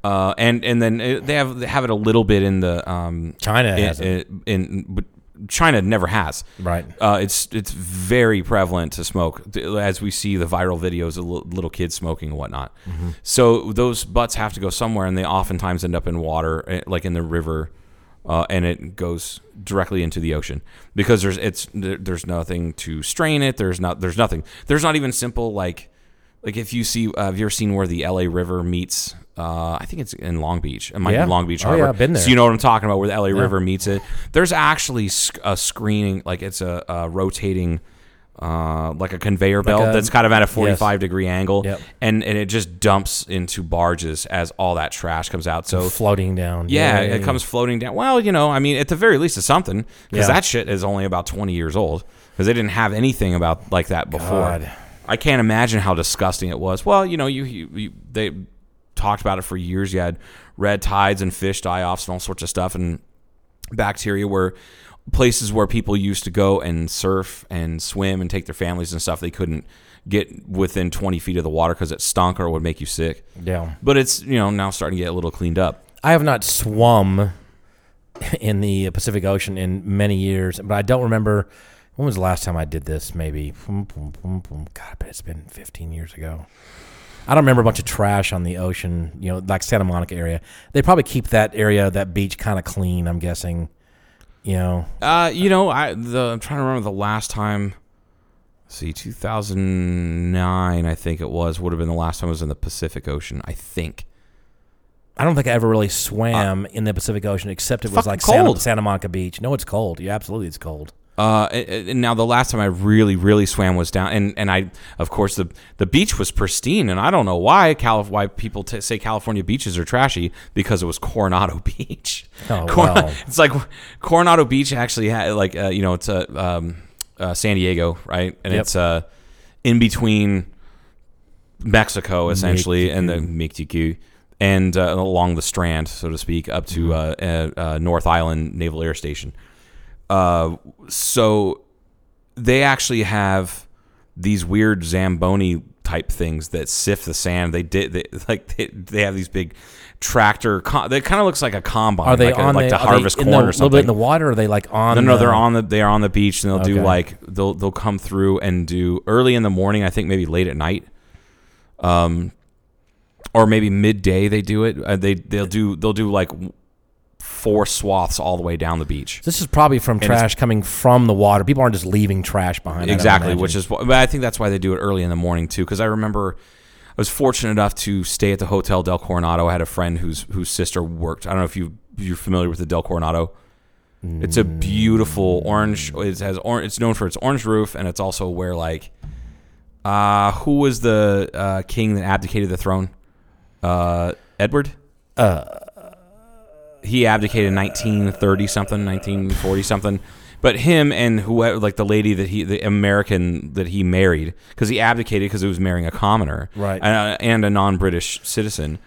S6: uh, and, and then uh, they have, they have it a little bit in the. Um,
S5: China
S6: in,
S5: has it.
S6: in, but China never has.
S5: Right.
S6: Uh, it's it's very prevalent to smoke, th- as we see the viral videos of li- little kids smoking and whatnot.
S5: Mm-hmm.
S6: So those butts have to go somewhere, and they oftentimes end up in water, eh, like in the river, uh, and it goes directly into the ocean because there's it's there, there's nothing to strain it. There's not there's nothing. There's not even simple like like if you see uh, have you ever seen where the L.A. River meets? Uh, I think it's in Long Beach. It might
S5: Yeah.
S6: be Long Beach
S5: Oh,
S6: Harbor.
S5: yeah, I've been
S6: So
S5: there.
S6: you know what I'm talking about, where the LA River meets it. There's actually sc- a screening, like it's a, a rotating, uh, like a conveyor belt
S5: a-
S6: that's kind of at a 45 degree angle,
S5: Yep.
S6: and and it just dumps into barges as all that trash comes out. So
S5: Floating down.
S6: yeah, it comes floating down. Well, you know, I mean, at the very least, it's something because
S5: Yeah.
S6: that shit is only about 20 years old because they didn't have anything about like that before.
S5: God.
S6: I can't imagine how disgusting it was. Well, you know, you, you, you they talked about it for years. You had red tides and fish die offs and all sorts of stuff, and bacteria were places where people used to go and surf and swim and take their families and stuff. They couldn't get within 20 feet of the water because it stunk or it would make you sick.
S5: Yeah.
S6: But it's you know now starting to get a little cleaned up.
S5: I have not swum in the Pacific Ocean in many years, but I don't remember when was the last time I did this. Maybe God, I bet it's been 15 years ago. I don't remember a bunch of trash on the ocean, you know, like Santa Monica area. They probably keep that area, that beach, kind of clean. I'm guessing, you know.
S6: Uh, you know, I the I'm trying to remember the last time. let's see, 2009, I think it was, would have been the last time I was in the Pacific Ocean. I think.
S5: I don't think I ever really swam in the Pacific Ocean, except it was
S6: fucking
S5: like Santa,
S6: cold.
S5: Santa Monica Beach. No, it's cold. Yeah, absolutely, it's cold.
S6: Uh, and- and and now the last time I really, really swam was down, and, and I, of course, the the beach was pristine, and I don't know why Calif- why people t- say California beaches are trashy because it was Coronado Beach.
S5: Oh,
S6: Cor-
S5: well.
S6: it's like Coronado Beach actually had like uh, you know it's a um, uh, San Diego right, and
S5: Yep.
S6: it's uh, in between Mexico essentially and the Mexico and uh, along the strand, so to speak, up to uh,
S5: Mm-hmm.
S6: uh, uh, North Island Naval Air Station. Uh, so they actually have these weird zamboni type things that sift the sand. They did they, like they, they have these big tractor. Com- that kind of looks like a combine.
S5: Are they
S6: like a-
S5: on
S6: like
S5: the,
S6: to
S5: are they
S6: harvest
S5: in
S6: corn
S5: the-
S6: or
S5: A little bit in
S6: something?
S5: the water. Or are they like on?
S6: no, no, they're
S5: the-
S6: on the they're on the beach and they'll do
S5: Okay.
S6: like they'll they'll come through and do early in the morning. I think maybe late at night, um, or maybe midday they do it. Uh, they they'll do they'll do like four swaths all the way down the beach.
S5: This is probably from trash coming from the water. People aren't just leaving trash behind. I don't
S6: Exactly,
S5: imagine.
S6: which is wh- but I think that's why they do it early in the morning too. Because I remember I was fortunate enough to stay at the Hotel Del Coronado. I had a friend whose whose sister worked. I don't know if you you're familiar with the Del Coronado. It's a beautiful orange.
S5: Mm.
S6: It has or, It's known for its orange roof, and it's also where like, uh, who was the uh, king that abdicated the throne? Uh, Edward. Uh, he abdicated in 1930 something, 1940 something. But him and whoever, like the lady that he, the American that he married, because he abdicated because he was marrying a commoner,
S5: Right.
S6: and, uh, and a non-British citizen.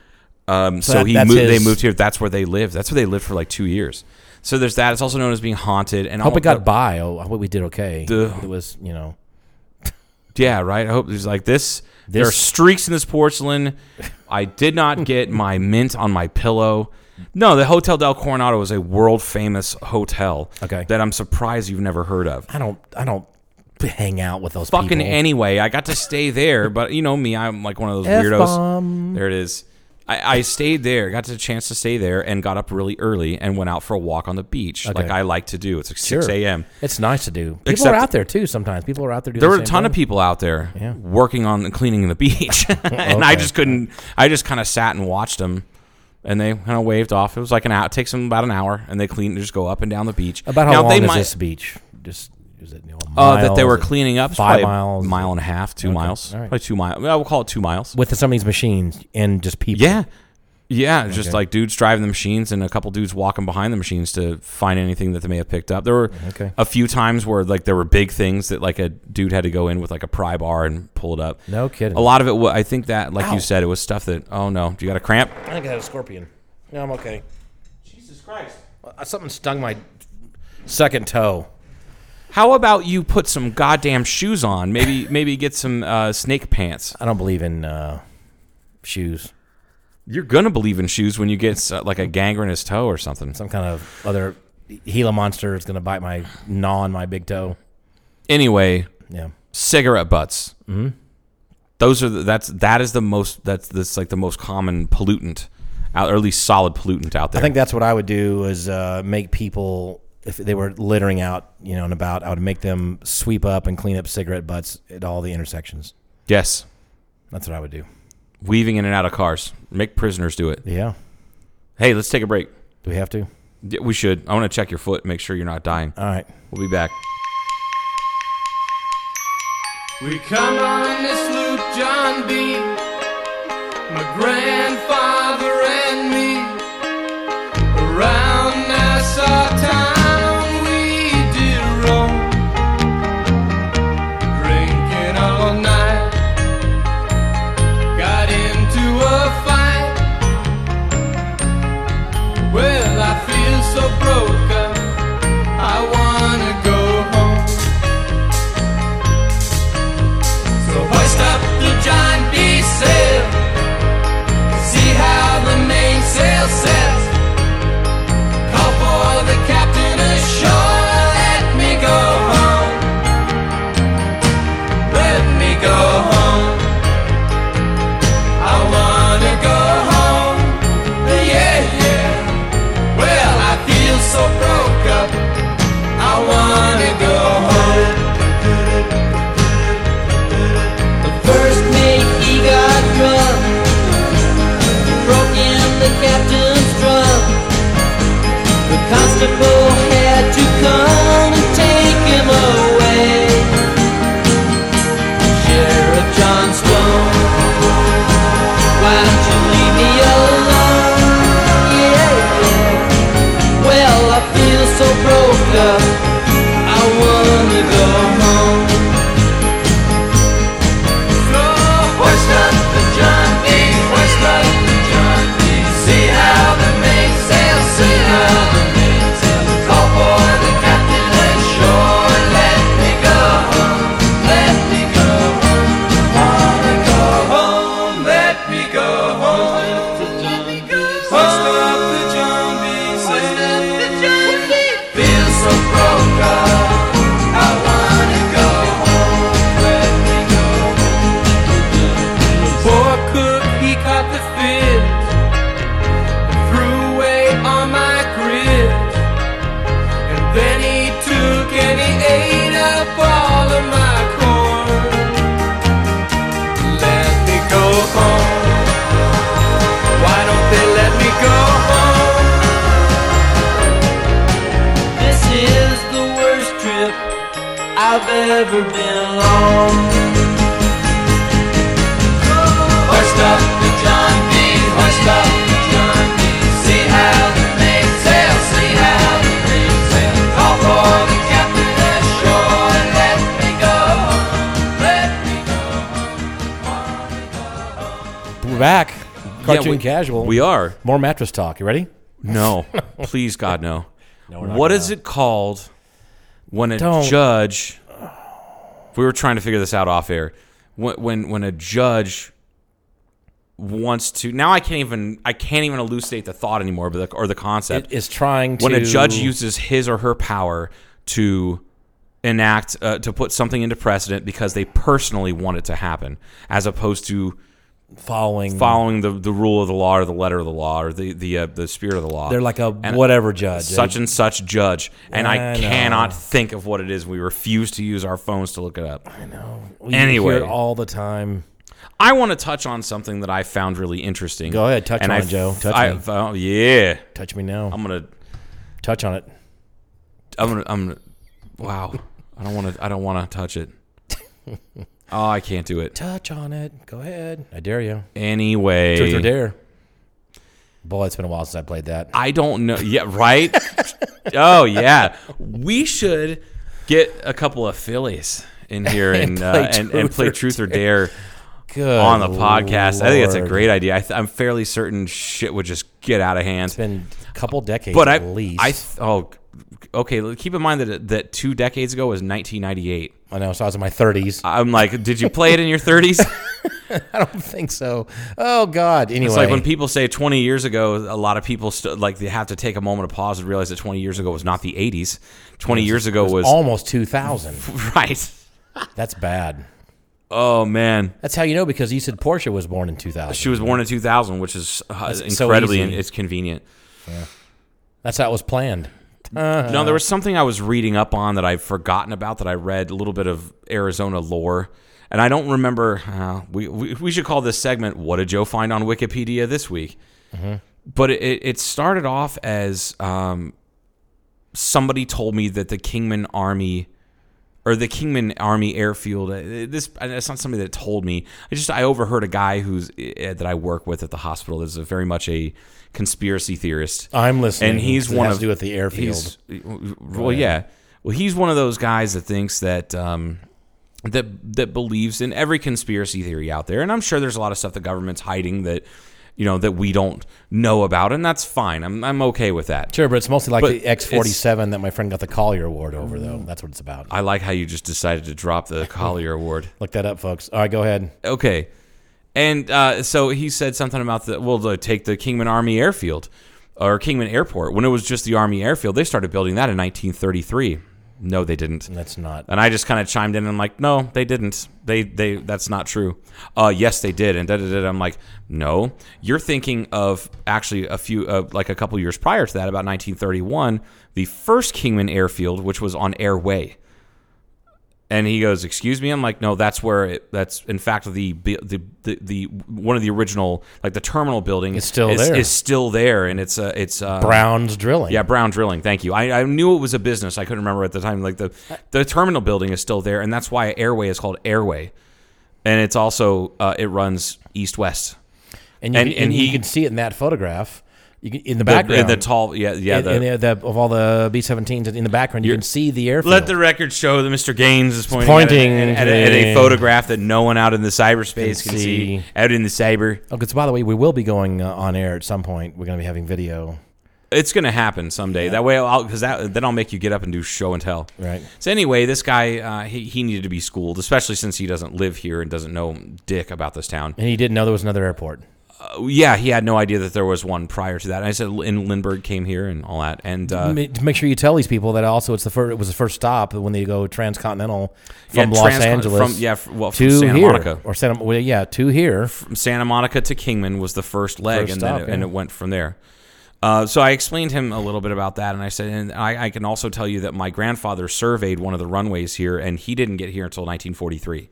S6: Um, so
S5: that-
S6: he
S5: that's
S6: moved,
S5: his-
S6: they moved here. That's where they lived. That's where they lived for like two years. So there's that. It's also known as being haunted. And
S5: I hope
S6: all
S5: it got
S6: the-
S5: by. Oh, I hope we did okay.
S6: Duh.
S5: It was, you know,
S6: Yeah, right. I hope there's like this. There are
S5: This-
S6: streaks in this porcelain. I did not get my mint on my pillow. No, the Hotel Del Coronado is a world famous hotel.
S5: Okay.
S6: That I'm surprised you've never heard of.
S5: I don't, I don't hang out with those
S6: fucking
S5: people.
S6: anyway. I got to stay there, but you know me, I'm like one of those
S5: F-bomb.
S6: weirdos. There it is. I, I stayed there, got the chance to stay there, and got up really early and went out for a walk on the beach, like I like to do. It's like
S5: Sure.
S6: six a.m.
S5: It's nice to do. People
S6: Except-
S5: are out there too. Sometimes people are out there. Doing
S6: There
S5: the
S6: were a
S5: same
S6: ton of
S5: thing.
S6: people out there working on the cleaning the beach, and I
S5: Okay.
S6: just couldn't. I just kind of sat and watched them, and they kind of waved off. It was like an hour. It takes them about an hour, and they clean. Just go up and down the beach.
S5: About how
S6: Now,
S5: long
S6: they
S5: is
S6: might-
S5: this beach? Just is it? You know, a
S6: Uh, that they
S5: mile?
S6: were
S5: Is it
S6: cleaning up It's
S5: Five
S6: probably a
S5: miles
S6: mile and a half, two miles,
S5: All right.
S6: probably two miles. We'll call it two miles.
S5: with some of these machines and just people.
S6: Yeah. Yeah, just like dudes driving the machines and a couple dudes walking behind the machines to find anything that they may have picked up. There were
S5: Okay.
S6: a few times where like there were big things that like a dude had to go in with like a pry bar and pull it up.
S5: No kidding.
S6: A lot of it, wa- I think that like
S5: Ow.
S6: you said, it was stuff that oh no, do you got a cramp?
S5: I think I had a scorpion. No, I'm okay.
S6: Jesus Christ!
S5: Uh, Something stung my second toe.
S6: How about you put some goddamn shoes on? Maybe maybe get some uh, snake pants.
S5: I don't believe in uh, shoes.
S6: You're gonna believe in shoes when you get uh, like a gangrenous toe or something.
S5: Some kind of other Gila monster is going to bite my gnaw on my big toe.
S6: Anyway,
S5: Yeah.
S6: cigarette butts. Mm-hmm. Those are the, that's that is the most that's that's like the most common pollutant, out, or at least solid pollutant out there.
S5: I think that's what I would do is uh, make people if they were littering out, you know, and about, I would make them sweep up and clean up cigarette butts at all the intersections.
S6: yes,
S5: That's what I would do.
S6: weaving in and out of cars, make prisoners do it.
S5: Yeah.
S6: Hey, let's take a break.
S5: Do we have to?
S6: Yeah, We should. I want to check your foot, make sure you're not dying.
S5: All right.
S6: We'll be back.
S1: We come on the sloop John B. My grandfather and me. Around Nassau town we did roam. Drinking all night. Got into a fight. Well, I feel so broke up. I wanna go home. So hoist up the John B. sail. See how the mainsail sets. Call for the captain ashore. Let me go home. Let me go home. I wanna go home. Yeah, yeah. Well, I feel so broke up. I wanna go home. First mate, he got drunk. Broke in the captain's drum. The constable had to come and take him away. Sheriff John Stone, why don't you leave me alone? Yeah, yeah. Well, I feel so broke up. I wanna go home. So broke up, I wanna go home, let me go home. Poor cook, he caught the fish. Threw away all my grit. And then he took and he ate up all of my corn. Let me go home. Why don't they let me go home? This is the worst trip I've ever been on. Hoist up the John B. Hoist up the John B. See how the mainsail, see how the mainsail. Call for the captain ashore and let me go. Let me go.
S5: We're back. Cartoon
S6: we-
S5: casual.
S6: We are.
S5: More mattress talk. You ready?
S6: No, please, God, no. What is
S5: not
S6: it called when a
S5: Don't.
S6: judge? We were trying to figure this out off air. When, when when a judge wants to now, I can't even I can't even elucidate the thought anymore, but the, or the concept
S5: Is trying to
S6: when a judge uses his or her power to enact uh, to put something into precedent because they personally want it to happen, as opposed to
S5: following
S6: following the, the rule of the law or the letter of the law or the the uh, the spirit of the law.
S5: They're like a
S6: And
S5: whatever judge.
S6: such and such judge, and I,
S5: I know.
S6: cannot think of what it is. We refuse to use our phones to look it up.
S5: We
S6: anyway.
S5: hear it all the time.
S6: I want to touch on something that I found really interesting.
S5: Go ahead, touch
S6: and
S5: on
S6: I
S5: it, Joe.
S6: f-
S5: Touch
S6: I
S5: me.
S6: found- yeah,
S5: Touch me now.
S6: I'm gonna,
S5: Touch on it.
S6: I'm gonna, I'm gonna. Wow, I don't want to, I don't want to touch it. Oh, I can't do it.
S5: Touch on it. Go ahead. I dare you.
S6: Anyway,
S5: Truth or dare. Boy, it's been a while since I played that.
S6: I don't know. Yeah, right. oh yeah, we should get a couple of Phillies in here and and,
S5: play
S6: uh, and, and
S5: Truth
S6: play
S5: or
S6: Truth or Dare
S5: Good
S6: on the podcast. I think it's a
S5: Oh, Lord.
S6: great idea. I th- I'm fairly certain shit would just get out of hand.
S5: It's been a couple decades
S6: but
S5: at
S6: I,
S5: least.
S6: I th- oh okay. l- Keep in mind that that two decades ago was 1998.
S5: I know. So I was in my 30s. I
S6: I'm like, did you play it in your 30s?
S5: don't think so. Oh, God. Anyway.
S6: It's like when people say 20 years ago, a lot of people st- like they have to take a moment of pause and realize that 20 years ago was not the 80s. 20 years ago was
S5: almost 2000.
S6: right.
S5: That's bad.
S6: Oh man,
S5: That's how you know because you said Portia was born in 2000.
S6: she was born in 2000, which is uh,
S5: so
S6: incredibly
S5: easy.
S6: it's convenient.
S5: That's how it was planned.
S6: no, there was something I was reading up on that I've forgotten about that I read a little bit of Arizona lore. And I don't remember. Uh, we, we we should call this segment "What did Joe find on Wikipedia this week?" But it, it started off as um, somebody told me that the Kingman Army or the Kingman Army Airfield. uh, This and it's not somebody that told me. I just I overheard a guy who's uh, that I work with at the hospital is a very much a conspiracy theorist.
S5: I'm listening.
S6: And he's
S5: It
S6: one
S5: has
S6: of
S5: to do with the airfield.
S6: he's- Well, yeah. Well, he's one of those guys that thinks that um, that that believes in every conspiracy theory out there, and I'm sure there's a lot of stuff the government's hiding that you know that we don't know about, and that's fine. I'm I'm okay with that.
S5: Sure, but it's mostly like
S6: But
S5: the X47 that my friend got the Collier Award over, though. That's what it's about.
S6: I like how you just decided to drop the Collier Award.
S5: Look that up, folks. All right, go ahead.
S6: Okay. And uh, so he said something about the well, the, take the Kingman Army Airfield or Kingman Airport when it was just the Army Airfield. They started building that in 1933. No, they didn't.
S5: That's not.
S6: And I just kind of chimed in and I'm like, no, they didn't. They they that's not true. Uh, yes, they did. And da da da. I'm like, no, you're thinking of actually a few uh, like a couple years prior to that, about 1931, the first Kingman Airfield, which was on Airway. And he goes, "Excuse me." I'm like, "No, that's where it. That's in fact the bu- the the, the one of the original like the terminal building
S5: It's still
S6: is,
S5: there.
S6: is still there, and it's uh, it's uh,
S5: Brown's drilling.
S6: yeah, Brown Drilling. Thank you. I, I knew it was a business. I couldn't remember at the time. Like the the terminal building is still there, and that's why Airway is called Airway, and it's also uh, it runs east west.
S5: and you,
S6: and-
S5: and,
S6: and he-
S5: you can see it in that photograph. You can, in the
S6: The,
S5: background,
S6: the tall, yeah, yeah.
S5: in-
S6: the-
S5: in the- the- of all the B-17s in the background, you can see the airfield.
S6: let the record show that Mr. Gaines is pointing,
S5: pointing
S6: at, a, at, a,
S5: to
S6: at a
S5: the-
S6: photograph that no one out in the cyberspace can,
S5: Can
S6: see.
S5: see.
S6: Out in the cyber,
S5: oh, because by the way, we will be going uh, on air at some point. We're going to be having video.
S6: it's gonna happen someday. That way, I'll because that then I'll make you get up and do show and tell.
S5: Right.
S6: So anyway, this guy uh, he he needed to be schooled, especially since he doesn't live here and doesn't know dick about this town.
S5: And he didn't know there was another airport.
S6: yeah, he had no idea that there was one prior to that. And I said, and Lindbergh came here and all that. And uh,
S5: Ma- to make sure you tell these people that also it's the first, it was the first stop when they go transcontinental
S6: Yeah,
S5: from Los
S6: transcon-
S5: Angeles
S6: from- yeah, f- well, from
S5: to
S6: Santa
S5: here,
S6: Monica.
S5: or Santa well, yeah to here.
S6: Santa Monica to Kingman was the first leg,
S5: First
S6: and
S5: stop,
S6: then it, and
S5: yeah.
S6: it went from there. Uh, so I explained him a little bit about that, and I said, and I, I can also tell you that my grandfather surveyed one of the runways here, and he didn't get here until 1943.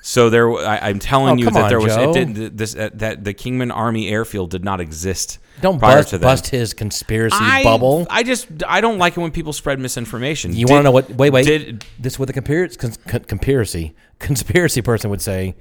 S6: So there, w- I, am telling
S5: Oh,
S6: you
S5: come
S6: that
S5: on,
S6: there was
S5: Joe.
S6: it did, this uh, that the Kingman Army Airfield did not exist
S5: Don't
S6: prior
S5: bust,
S6: to that.
S5: bust his conspiracy
S6: I,
S5: bubble.
S6: I just I don't like it when people spread misinformation.
S5: you
S6: Did-
S5: want to know what? Wait, wait.
S6: Did
S5: this is what the conspiracy cons- con- conspiracy conspiracy person would say?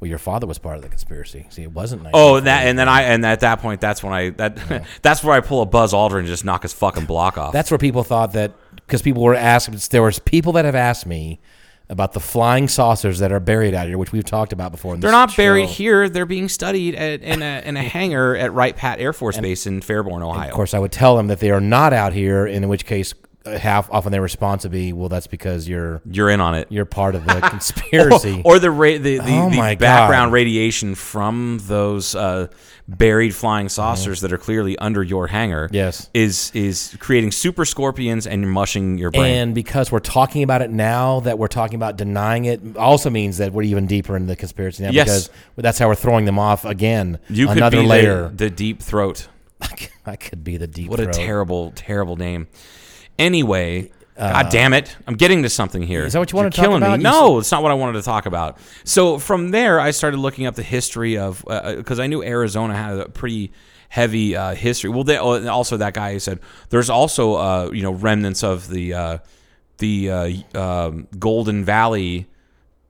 S5: Well, your father was part of the conspiracy. See, it wasn't.
S6: Oh, and that and then I and at that point, that's when I that that's where I pull a Buzz Aldrin and just knock his fucking block off.
S5: That's where people thought that because people were asked. There was people that have asked me about the flying saucers that are buried out here, which we've talked about before. in
S6: They're
S5: this
S6: not buried
S5: show.
S6: here. They're being studied at, in a in a hangar at Wright Pat Air Force Base in Fairborn, Ohio.
S5: Of course, I would tell them that they are not out here. In which case, uh, half often their response would be, "Well, that's because you're
S6: You're in on it.
S5: you're part of the conspiracy."
S6: Or the ra- the, the,
S5: Oh
S6: the
S5: my
S6: background
S5: God.
S6: radiation from those uh, buried flying saucers that are clearly under your hangar.
S5: Yes.
S6: is is creating super scorpions and mushing your brain.
S5: and because we're talking about it now, that we're talking about denying it also means that we're even deeper in the conspiracy now
S6: Yes.
S5: because that's how we're throwing them off again.
S6: you could
S5: another
S6: be the-
S5: layer.
S6: The, deep throat.
S5: I could be the deep.
S6: What a
S5: throat.
S6: terrible, terrible name. Anyway. God damn it! I'm getting to something here.
S5: Uh, Is that what you
S6: You're
S5: wanted to talk
S6: killing
S5: about? You
S6: Me. No, it's not what I wanted to talk about. So from there, I started looking up the history of because I knew Arizona had a pretty heavy uh, history. Well, they, oh, and also that guy who said there's also uh, you know remnants of the uh, the uh, um Golden Valley.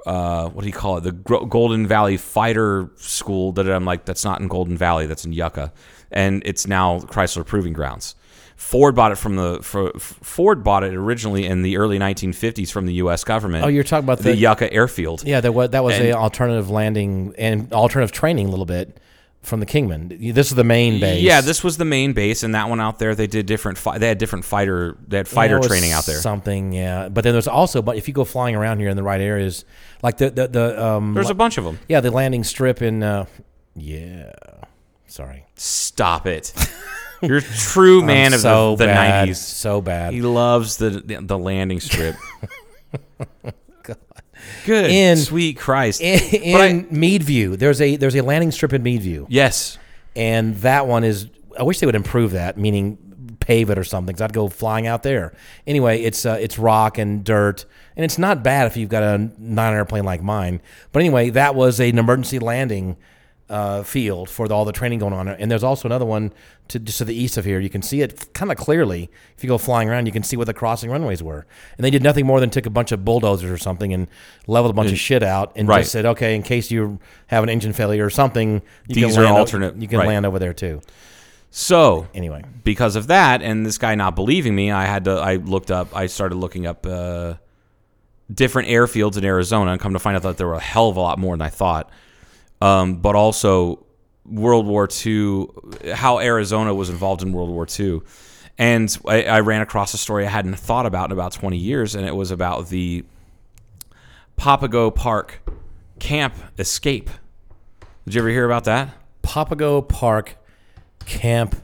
S6: Uh, what do you call it? The Gro- Golden Valley Fighter School. That I'm like, that's not in Golden Valley. That's in Yucca, and it's now Chrysler Proving Grounds. Ford bought it from the for, Ford bought it originally in the early 1950s from the U.S. government.
S5: Oh, you're talking about
S6: the
S5: the-
S6: Yucca airfield.
S5: Yeah, that was that was
S6: And-
S5: a alternative landing and alternative training a little bit from the Kingman. This is the main base.
S6: Yeah, this was the main base, and that one out there, they did different. Fi- they had different fighter. They had
S5: Yeah, it
S6: fighter
S5: was
S6: training out there.
S5: Something, yeah. But then there's also, but if you go flying around here in the right areas, like the the, the um,
S6: There's
S5: la-
S6: a bunch of them.
S5: yeah, the landing strip in, uh, yeah. Sorry,
S6: Stop it! You're a true man
S5: I'm
S6: of
S5: so
S6: the, the
S5: bad,
S6: 90s.
S5: so bad.
S6: He loves the the landing strip. Good
S5: In-
S6: sweet Christ.
S5: In,
S6: but I-
S5: in Meadview, there's a there's a landing strip in Meadview.
S6: yes.
S5: and that one is I wish they would improve that, meaning pave it or something. Cause I'd go flying out there. Anyway, it's uh, it's rock and dirt, and it's not bad if you've got a non-airplane like mine. But anyway, that was an emergency landing uh, field for the, all the training going on. And there's also another one to just to the east of here. You can see it kind of clearly if you go flying around. You can see what the crossing runways were. And they did nothing more than took a bunch of bulldozers or something and leveled a bunch of shit out and
S6: right.
S5: just said, okay, in case you have an engine failure or something, you
S6: These
S5: can
S6: are
S5: land o-
S6: alternate-
S5: you can
S6: right.
S5: land over there too.
S6: So
S5: Anyway,
S6: because of that, and this guy not believing me, I had to. I looked up. I started looking up uh, different airfields in Arizona, and come to find out that there were a hell of a lot more than I thought. Um, but also World War II, how Arizona was involved in World War II. And I, I ran across a story I hadn't thought about in about 20 years, and it was about the Papago Park camp escape. Did you ever hear about that?
S5: Papago Park Camp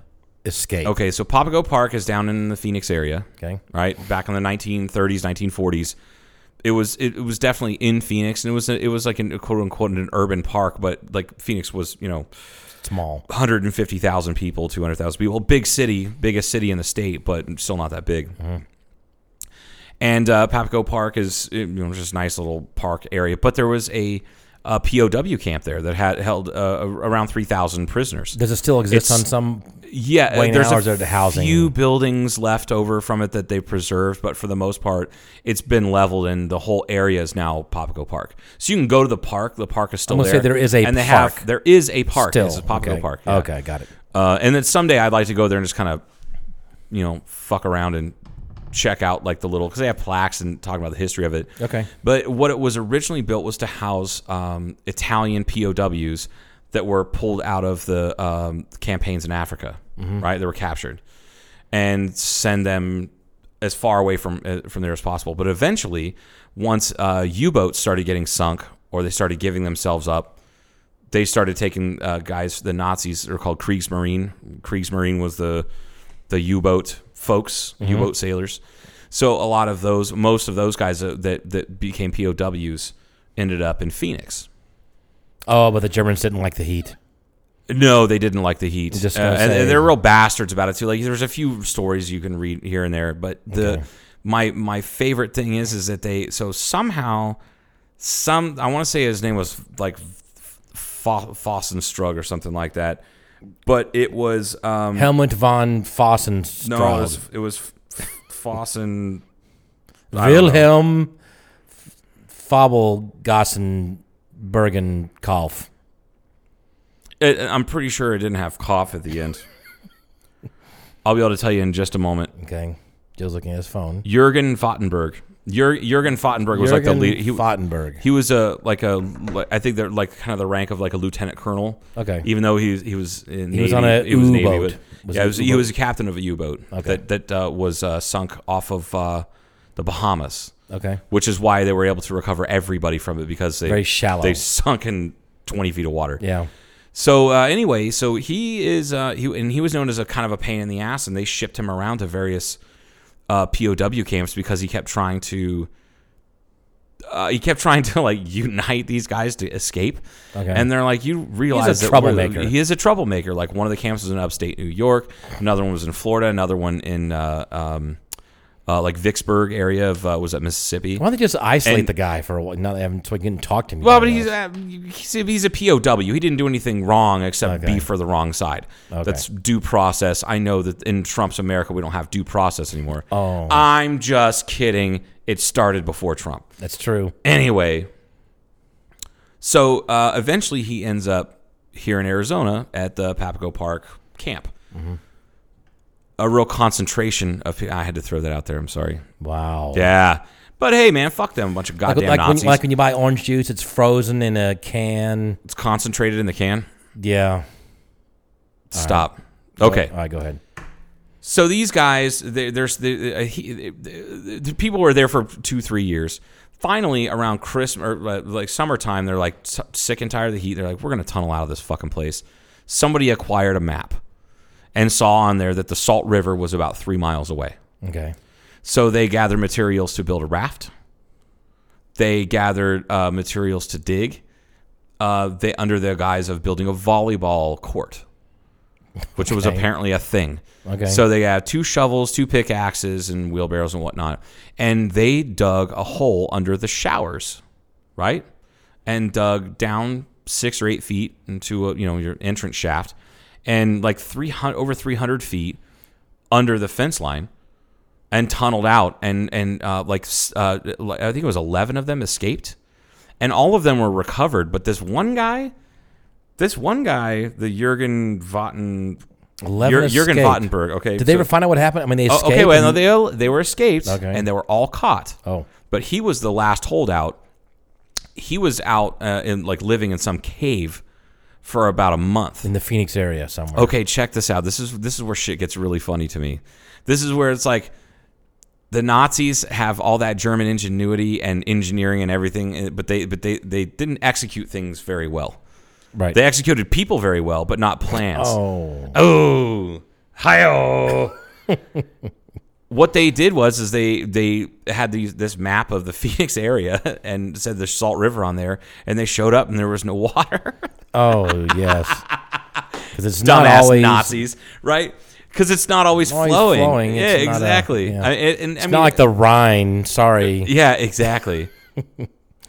S5: Escape.
S6: Okay, so Papago Park is down in the Phoenix area.
S5: Okay.
S6: right back in the 1930s, 1940s. It was it, it was definitely in Phoenix, and it was it was like an quote unquote an urban park, but like Phoenix was you know
S5: Small.
S6: 150,000 people, 200,000 people, big city, biggest city in the state, but still not that big. And uh, Papago Park is you know just a nice little park area, but there was a, a POW camp there that had held uh, around 3,000 prisoners.
S5: Does it still exist
S6: It's-
S5: on some?
S6: Yeah,
S5: Wayne
S6: there's
S5: Hours
S6: a
S5: are the housing.
S6: few buildings left over from it that they preserved, but for the most part, it's been leveled, and the whole area is now Papago Park. So you can go to the park. The park is still
S5: I'm gonna
S6: there.
S5: say there is a
S6: and they
S5: park
S6: have there is a park.
S5: Still.
S6: This is Papago
S5: okay.
S6: Park. yeah.
S5: Okay, got it.
S6: Uh, and then someday I'd like to go there and just kind of, you know, fuck around and check out like the little because they have plaques and talking about the history of it.
S5: Okay.
S6: But what it was originally built was to house um, Italian POWs that were pulled out of the um, campaigns in Africa, right? They were captured and send them as far away from uh, from there as possible. But eventually, once uh, U-boats started getting sunk or they started giving themselves up, they started taking uh, guys. The Nazis are called Kriegsmarine. Kriegsmarine was the the U-boat folks, U-boat sailors. So a lot of those, most of those guys that that, that became POWs ended up in Phoenix.
S5: Oh, but the Germans didn't like the heat.
S6: No, they didn't like the heat.
S5: Just
S6: Uh,
S5: gonna
S6: and,
S5: say-
S6: and they're real bastards about it too. Like there's a few stories you can read here and there, but the my my favorite thing is is that they so somehow some I want to say his name was like Fo- Fossenstrug or something like that, but it was um,
S5: Helmut von Fossen.
S6: no it was it was Fossen I don't know.
S5: Wilhelm Fabelgassenbergen Kauf.
S6: It, I'm pretty sure it didn't have cough at the end. I'll be able to tell you in just a moment.
S5: Okay, Joe's looking at his phone.
S6: Jürgen Vattenberg Jur- Jurgen Fottenberg was like the
S5: Jurgen
S6: lead. He,
S5: Fottenberg.
S6: He was a like a like- I think they're like kind of the rank of like a lieutenant colonel.
S5: Okay.
S6: Even though he was he was in he
S5: was on a U-boat. Was
S6: yeah,
S5: it
S6: he was, he
S5: U-boat?
S6: was a captain of a U boat
S5: Okay.
S6: that that uh, was uh, sunk off of uh, the Bahamas.
S5: Okay.
S6: Which is why they were able to recover everybody from it because they
S5: Very shallow.
S6: They sunk in twenty feet of water.
S5: Yeah.
S6: So uh, anyway, so he is uh, he and he was known as a kind of a pain in the ass, and they shipped him around to various uh, POW camps because he kept trying to uh, he kept trying to like unite these guys to escape.
S5: Okay.
S6: And they're like, you realize that we're-
S5: troublemaker.
S6: He is a troublemaker. Like one of the camps was in upstate New York, another one was in Florida, another one in uh, um, uh, like Vicksburg area of uh, was that Mississippi?
S5: Why don't they just isolate
S6: And-
S5: the guy for a while? Now they haven't so he can talk to me.
S6: Well, but he's, uh, he's a- he's a POW. He didn't do anything wrong except
S5: Okay.
S6: be for the wrong side. That's due process. I know that in Trump's America we don't have due process anymore. Oh, I'm just kidding. It started before Trump.
S5: that's true.
S6: Anyway, so uh, eventually he ends up here in Arizona at the Papago Park camp.
S5: Mm-hmm.
S6: A real concentration of. I had to throw that out there. I'm sorry.
S5: Wow.
S6: Yeah. But hey, man, fuck them, bunch of
S5: Oh. Like,
S6: goddamn
S5: like when,
S6: Nazis.
S5: like when you buy orange juice, it's frozen in a can.
S6: it's concentrated in the can.
S5: Yeah.
S6: Stop. Okay.
S5: All right, go ahead.
S6: So these guys, they- there's the, uh, he, the, the the people were there for two, three years. Finally, around Christmas or uh, like summertime, they're like s- sick and tired of the heat. They're like, we're gonna tunnel out of this fucking place. Somebody acquired a map and saw on there that the Salt River was about three miles away.
S5: Okay.
S6: So they gathered materials to build a raft. They gathered uh, materials to dig. Uh, they under the guise of building a volleyball court, which was
S5: Okay.
S6: apparently a thing.
S5: Okay.
S6: So they have two shovels, two pickaxes, and wheelbarrows and whatnot, and they dug a hole under the showers, right? And dug down six or eight feet into a, you know your entrance shaft, and like three hundred over three hundred feet under the fence line and tunneled out and and uh, like s- uh, I think it was eleven of them escaped, and all of them were recovered. But this one guy, this one guy, the Jurgen Votten,
S5: Eleven
S6: Jur- Jurgen
S5: escaped.
S6: Vattenberg, okay,
S5: Did they
S6: so-
S5: ever find out what happened? I mean, they
S6: Oh,
S5: escaped.
S6: okay, well, no,
S5: and-
S6: they all- they were escaped
S5: Okay.
S6: and they were all caught.
S5: Oh.
S6: but he was the last holdout. He was out uh, in like living in some cave for about a month.
S5: in the Phoenix area somewhere.
S6: Okay, check this out. This is this is where shit gets really funny to me. This is where it's like the Nazis have all that German ingenuity and engineering and everything, eh, but they but they they didn't execute things very well.
S5: Right.
S6: They executed people very well, but not plans.
S5: oh.
S6: Oh, hi What they did was is they they had these this map of the Phoenix area and said the Salt River on there, and they showed up and there was no water.
S5: Oh yes. Because it's not
S6: dumbass
S5: always
S6: Nazis, right? Because it's not always,
S5: always
S6: flowing.
S5: flowing.
S6: Yeah,
S5: It's not a-
S6: exactly.
S5: yeah.
S6: I, and, and, I
S5: It's
S6: mean,
S5: not like the Rhine. Sorry.
S6: yeah, exactly.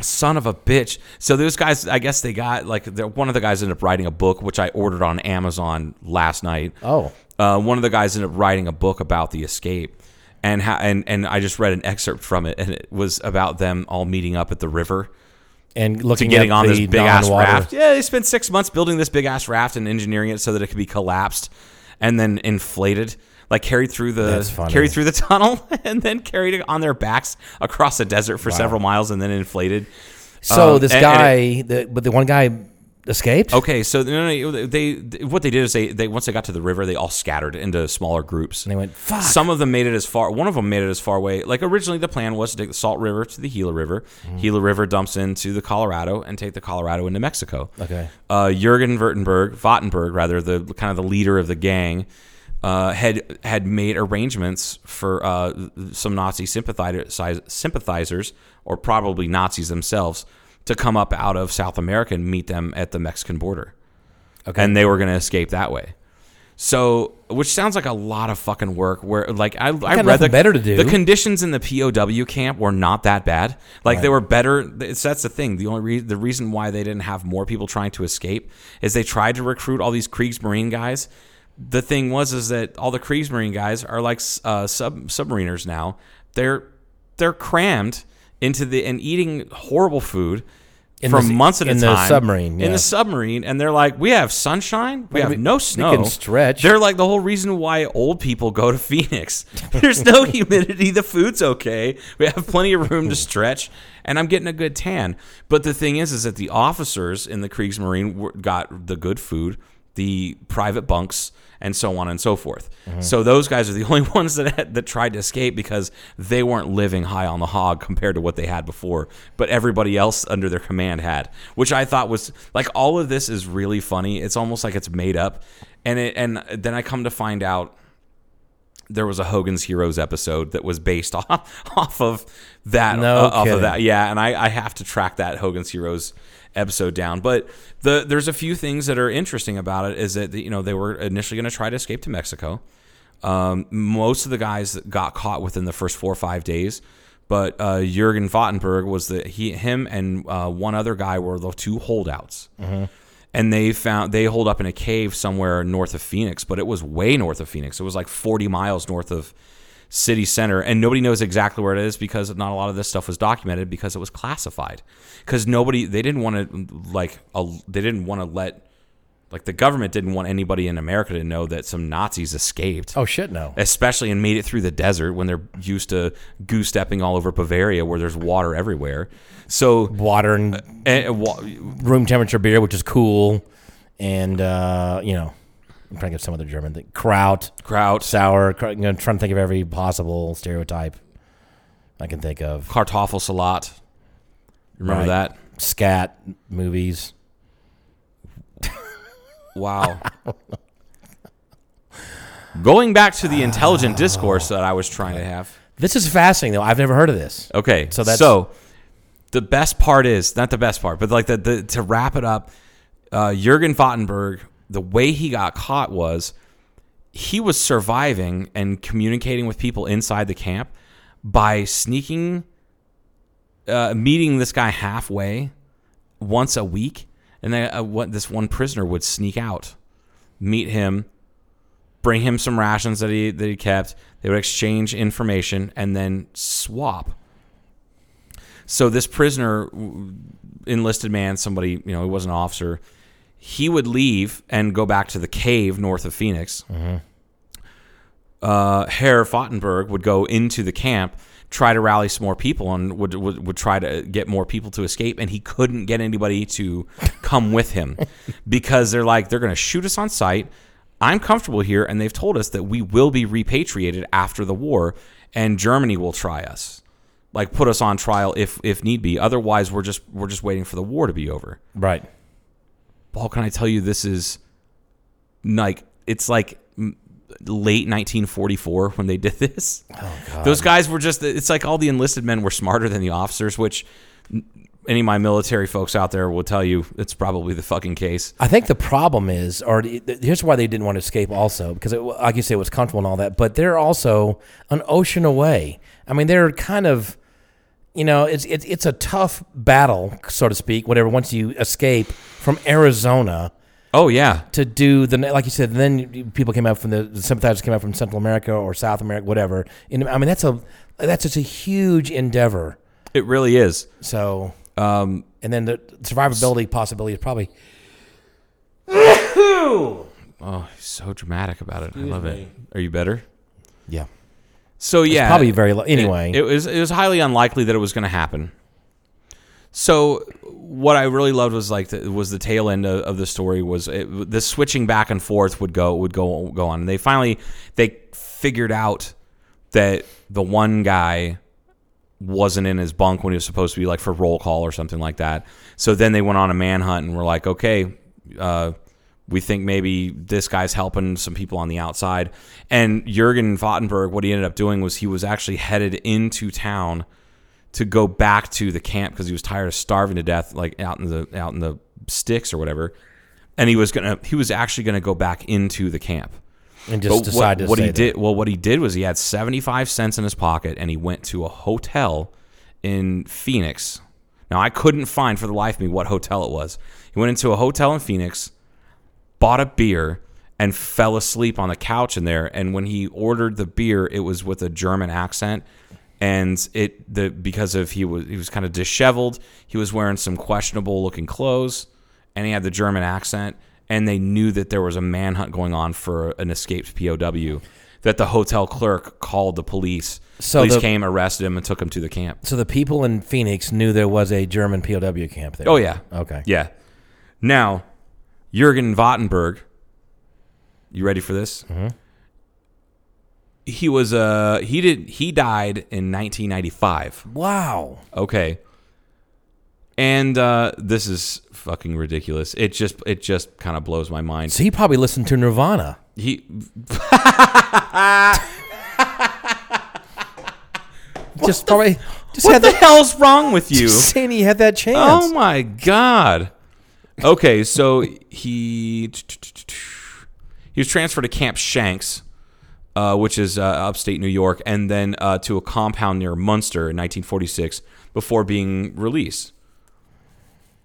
S6: Son of a bitch. So those guys, I guess they got like the- one of the guys ended up writing a book, which I ordered on Amazon last night.
S5: Oh.
S6: Uh, one of the guys ended up writing a book about the escape, and how and and I just read an excerpt from it, and it was about them all meeting up at the river
S5: And
S6: to
S5: looking
S6: getting
S5: at
S6: on
S5: the
S6: this big ass
S5: non-water-
S6: raft. Yeah, they spent six months building this big ass raft and engineering it so that it could be collapsed and then inflated, like carried through
S5: That's
S6: the
S5: funny.
S6: carried through the tunnel and then carried it on their backs across the desert for several miles and then inflated.
S5: So
S6: Um,
S5: this
S6: and-
S5: guy,
S6: and it- Oh.
S5: the, but the one guy escaped.
S6: okay, so no, no, no, they what they did is they, they once they got to the river, they all scattered into smaller groups.
S5: And they went fuck.
S6: Some of them made it as far. One of them made it as far away. Like originally, the plan was to take the Salt River to the Gila River.
S5: Mm-hmm.
S6: Gila River dumps into the Colorado and take the Colorado into Mexico.
S5: Okay.
S6: Uh, Jürgen Württemberg, Vattenberg, rather the kind of the leader of the gang, uh, had had made arrangements for uh, some Nazi sympathizers, sympathizers, or probably Nazis themselves, to come up out of South America and meet them at the Mexican border. Okay. And they were going to escape that way. So, which sounds like a lot of fucking work. Where, like, I, I read
S5: nothing
S6: the,
S5: better to do.
S6: The conditions in the POW camp were not that bad. Like, they were better. It's, that's the thing. The only re- the reason why they didn't have more people trying to escape is they tried to recruit all these Kriegsmarine guys. The thing was is that all the Kriegsmarine guys are like uh, sub submariners now. They're they're crammed into the and eating horrible food
S5: In
S6: for
S5: the-
S6: months at
S5: in
S6: a
S5: the
S6: time
S5: submarine,
S6: in
S5: yeah.
S6: the submarine, and they're like, "We have sunshine, we have
S5: we-
S6: no
S5: we
S6: snow,
S5: can stretch."
S6: They're like the whole reason why old people go to Phoenix. There's no humidity, the food's okay, we have plenty of room to stretch, and I'm getting a good tan. But the thing is, is that the officers in the Kriegsmarine were, got the good food, the private bunks, and so on and so forth. So those guys are the only ones that had, that tried to escape because they weren't living high on the hog compared to what they had before. But everybody else under their command had, which I thought was like all of this is really funny. It's almost like it's made up, and it, and then I come to find out there was a Hogan's Heroes episode that was based off off of that
S5: No
S6: uh, off of
S5: kidding.
S6: that yeah and I, I have to track that Hogan's Heroes episode down but the there's a few things that are interesting about it is that you know they were initially going to try to escape to Mexico um, most of the guys that got caught within the first four or five days but uh, Jurgen Vattenberg was the he him and uh, one other guy were the two holdouts and they found they hold up in a cave somewhere north of Phoenix, but it was way north of Phoenix. It was like 40 miles north of city center, and nobody knows exactly where it is because not a lot of this stuff was documented because it was classified. Because nobody they didn't want to like a, they didn't want to let like the government didn't want anybody in America to know that some Nazis escaped
S5: Oh shit, no.
S6: especially and made it through the desert when they're used to goose stepping all over Bavaria where there's water everywhere. So
S5: Water and
S6: eh, wa-
S5: room temperature beer, which is cool, and uh, you know, I'm trying to get some other German thing. Kraut,
S6: Kraut,
S5: sour. Kraut, you know, I'm trying to think of every possible stereotype I can think of.
S6: Kartoffelsalat. Remember
S5: Right.
S6: that?
S5: Scat movies.
S6: Wow. Going back to the intelligent discourse that I was trying to have.
S5: This is fascinating though. I've never heard of this.
S6: Okay.
S5: So
S6: So
S5: that's-
S6: that's so the best part is not the best part, but like the, the to wrap it up, uh, Jurgen Vattenberg, the way he got caught was he was surviving and communicating with people inside the camp by sneaking, uh, meeting this guy halfway once a week, and then uh, what this one prisoner would sneak out, meet him, bring him some rations that he that he kept. They would exchange information and then swap. So this prisoner, w- enlisted man, somebody you know, he wasn't an officer. He would leave and go back to the cave north of Phoenix. Uh, Herr Fottenberg would go into the camp, try to rally some more people, and would, would would try to get more people to escape. And he couldn't get anybody to come with him because they're like they're going to shoot us on sight. I'm comfortable here, and they've told us that we will be repatriated after the war, and Germany will try us like put us on trial if if need be. Otherwise, we're just we're just waiting for the war to be over.
S5: Right.
S6: Paul, can I tell you this is like it's like m- late 1944 when they did this. Oh, God. Those guys were just it's like all the enlisted men were smarter than the officers, which n- any of my military folks out there will tell you it's probably the fucking case.
S5: I think the problem is, or th- th- here's why they didn't want to escape, also because, it, like you say, it was comfortable and all that, but they're also an ocean away. I mean, they're kind of, you know, it's it's it's a tough battle, so to speak. Whatever, once you escape from Arizona
S6: Oh yeah.
S5: to do the like you said, then people came up from the, the sympathizers came up from Central America or South America, whatever. And I mean, that's a that's just a huge endeavor.
S6: It really is.
S5: So, and then the survivability possibility is probably
S6: Oh, he's so dramatic about it. I love it. Are you better?
S5: yeah.
S6: So yeah,
S5: probably very low- anyway.
S6: It, it was it was highly unlikely that it was going to happen. So what I really loved was like the, was the tail end of, of the story was it, the switching back and forth would go would go go on. And they finally they figured out that the one guy wasn't in his bunk when he was supposed to be like for roll call or something like that. So then they went on a manhunt and were like, okay, uh, we think maybe this guy's helping some people on the outside. And Jurgen Vattenberg, what he ended up doing was he was actually headed into town to go back to the camp because he was tired of starving to death, like out in the out in the sticks or whatever. And he was gonna he was actually gonna go back into the camp.
S5: and just
S6: But
S5: decide
S6: what,
S5: to
S6: what
S5: stay
S6: he
S5: there.
S6: did well what he did was he had 75 cents in his pocket and he went to a hotel in phoenix now i couldn't find for the life of me what hotel it was he went into a hotel in phoenix bought a beer and fell asleep on the couch in there and when he ordered the beer it was with a german accent and it the because of he was he was kind of disheveled. He was wearing some questionable looking clothes, and he had the German accent. And they knew that there was a manhunt going on for an escaped POW. That the hotel clerk called the police.
S5: So
S6: police
S5: the-
S6: came, arrested him, and took him to the camp.
S5: So the people in Phoenix knew there was a German POW camp there.
S6: Oh yeah.
S5: Okay.
S6: Yeah. Now, Jürgen Wattenberg. You ready for this? He was uh he did he died in 1995.
S5: Wow.
S6: Okay. And uh, this is fucking ridiculous. It just it just kind of blows my mind.
S5: So he probably listened to Nirvana.
S6: He
S5: just probably just
S6: what
S5: had
S6: the
S5: that.
S6: hell's wrong with you?
S5: Just saying he had that chance.
S6: Oh my god. Okay, so he he was transferred to Camp Shanks, uh, which is uh, upstate New York, and then uh, to a compound near Munster in 1946 before being released.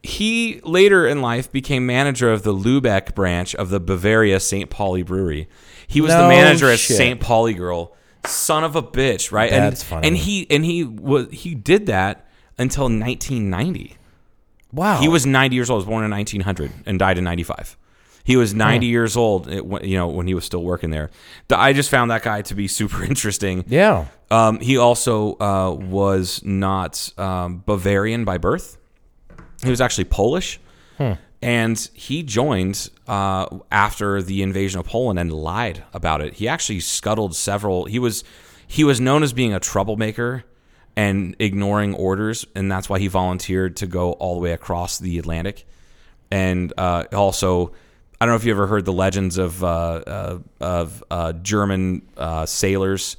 S6: He later in life became manager of the Lubeck branch of the Bavaria St. Pauli Brewery. He was the
S5: No
S6: manager at
S5: shit.
S6: St. Pauli Girl. Son of a bitch, right?
S5: That's
S6: and,
S5: funny.
S6: And he and he was he did that until 1990.
S5: wow.
S6: He was 90 years old. was born in 1900 and died in 95. He was 90 years old, it, when- you know, when he was still working there. The- I just found that guy to be super interesting.
S5: Yeah.
S6: Um, he also uh, was not um, Bavarian by birth. He was actually Polish.
S5: Hmm.
S6: And he joined uh, after the invasion of Poland and lied about it. He actually scuttled several. He was he was known as being a troublemaker and ignoring orders, and that's why he volunteered to go all the way across the Atlantic. And uh, also, I don't know if you ever heard the legends of uh, uh, of uh, German uh, sailors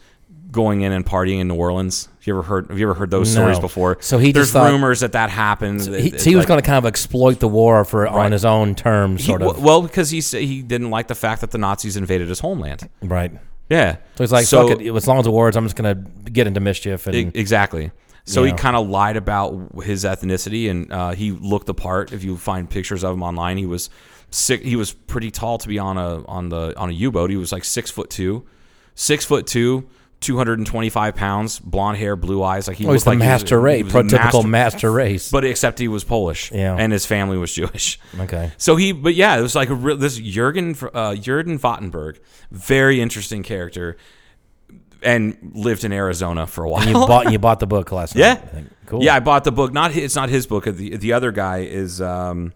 S6: going in and partying in New Orleans. You ever heard? Have you ever heard those
S5: No.
S6: stories before?
S5: So he
S6: there's
S5: just thought-
S6: rumors that that happened.
S5: He, so he was going to kind of exploit the war for on
S6: Right.
S5: his own terms, sort of.
S6: well because he sa- he didn't like the fact that the Nazis invaded his homeland.
S5: right.
S6: Yeah,
S5: So he's like, fuck it. As long as the war is, I'm just going to get into mischief. And
S6: e- exactly. So he
S5: Yeah.
S6: kind of lied about his ethnicity, and uh, he looked the part. If you find pictures of him online, he was sick. He was pretty tall to be on a on the on a U boat. He was like six foot two, six foot two, two hundred and twenty five pounds, blonde hair, blue eyes. Like he
S5: oh, he's
S6: was
S5: the
S6: like he was-
S5: master
S6: he
S5: race,
S6: was a
S5: prototypical master, race.
S6: but except he was Polish,
S5: Yeah.
S6: and his family was Jewish.
S5: okay.
S6: So he, but yeah, it was like a real, this Jurgen uh, Jurgen Vattenberg, very interesting character, and lived in Arizona for a while.
S5: You bought you bought the book last
S6: yeah,
S5: night. I think. Cool.
S6: Yeah, I bought the book. Not hi- it's not his book. The the other guy is. Um,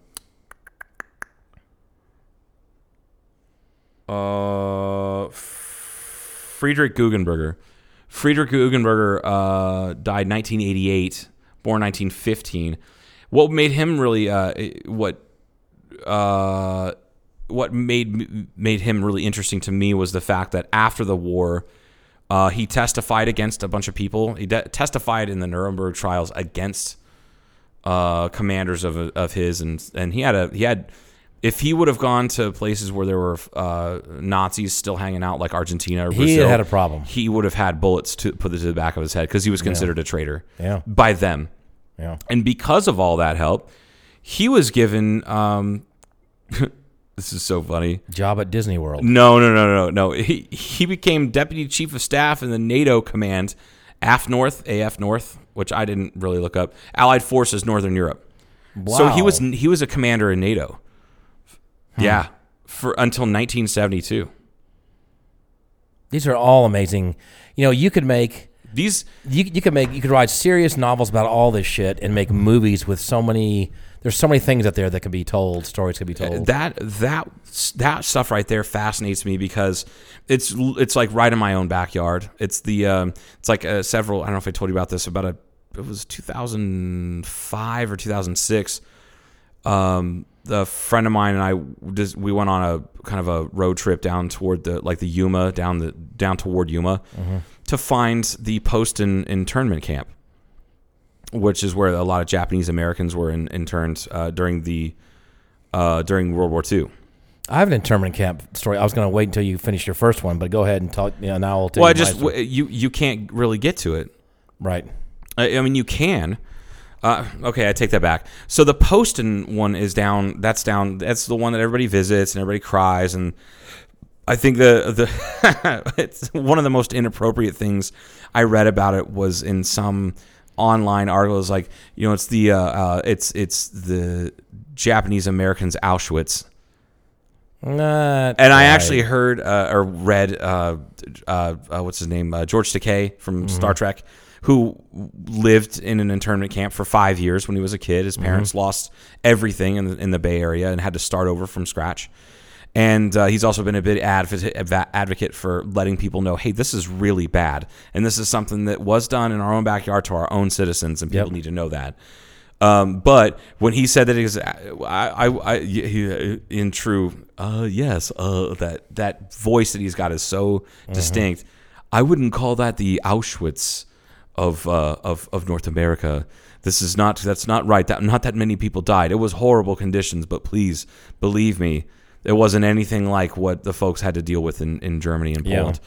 S6: uh, Friedrich Guggenberger. Friedrich Guggenberger uh, died 1988, born 1915. What made him really uh, what uh, what made made him really interesting to me was the fact that after the war, uh, he testified against a bunch of people. He de- testified in the Nuremberg trials against uh, commanders of of his, and and he had a he had. If he would have gone to places where there were uh, Nazis still hanging out, like Argentina or
S5: He
S6: Brazil,
S5: had a problem.
S6: He would have had bullets to put to the back of his head because he was considered a traitor
S5: Yeah.
S6: by them.
S5: Yeah.
S6: And because of all that help, he was given. Um, this is so funny.
S5: Job at Disney World.
S6: No, no, no, no, no. He he became deputy chief of staff in the NATO command, AF North, AF North, which I didn't really look up. Allied Forces Northern Europe. So he
S5: Wow.
S6: was he was a commander in NATO. Yeah, for until 1972.
S5: These are all amazing. You know, you could make
S6: These
S5: you, you could make you could write serious novels about all this shit and make movies with so many. There's so many things out there that can be told. Stories can be told.
S6: Uh, that that that stuff right there fascinates me because it's it's like right in my own backyard. It's the um, it's like uh, several. I don't know if I told you about this about a it was 2005 or 2006. Um, the friend of mine and I just we went on a kind of a road trip down toward the like the Yuma down the down toward Yuma to find the post in internment camp which is where a lot of Japanese Americans were in, interned uh, during the uh, during World War II.
S5: I have an internment camp story. I was going to wait until you finish your first one, but go ahead and talk. You know, now I'll. tell
S6: Well, I
S5: you my
S6: just
S5: story.
S6: w- you you can't really get to it.
S5: right.
S6: I, I mean, you can. Uh, okay, I take that back. So the Poston one is down. That's down. That's the one that everybody visits and everybody cries and I think the the it's one of the most inappropriate things I read about it was in some online article. It's like you know, it's the uh, uh, it's it's the Japanese Americans Auschwitz.
S5: Not
S6: And I
S5: quite.
S6: actually heard uh, or read uh, uh, uh, what's his name uh, George Takei from Star Trek, who lived in an internment camp for five years when he was a kid. His parents lost everything in the, in the Bay Area and had to start over from scratch. And uh, he's also been a big advocate, adva- advocate for letting people know, hey, this is really bad, and this is something that was done in our own backyard to our own citizens, and people need to know that. Um, but when he said that, he was, I, I, I- he, in true, uh, yes, uh, that that voice that he's got is so distinct. I wouldn't call that the Auschwitz of uh, of of North America. This is not that's not right. That not that many people died. It was horrible conditions, but please believe me, it wasn't anything like what the folks had to deal with in, in Germany and
S5: Yeah.
S6: Poland.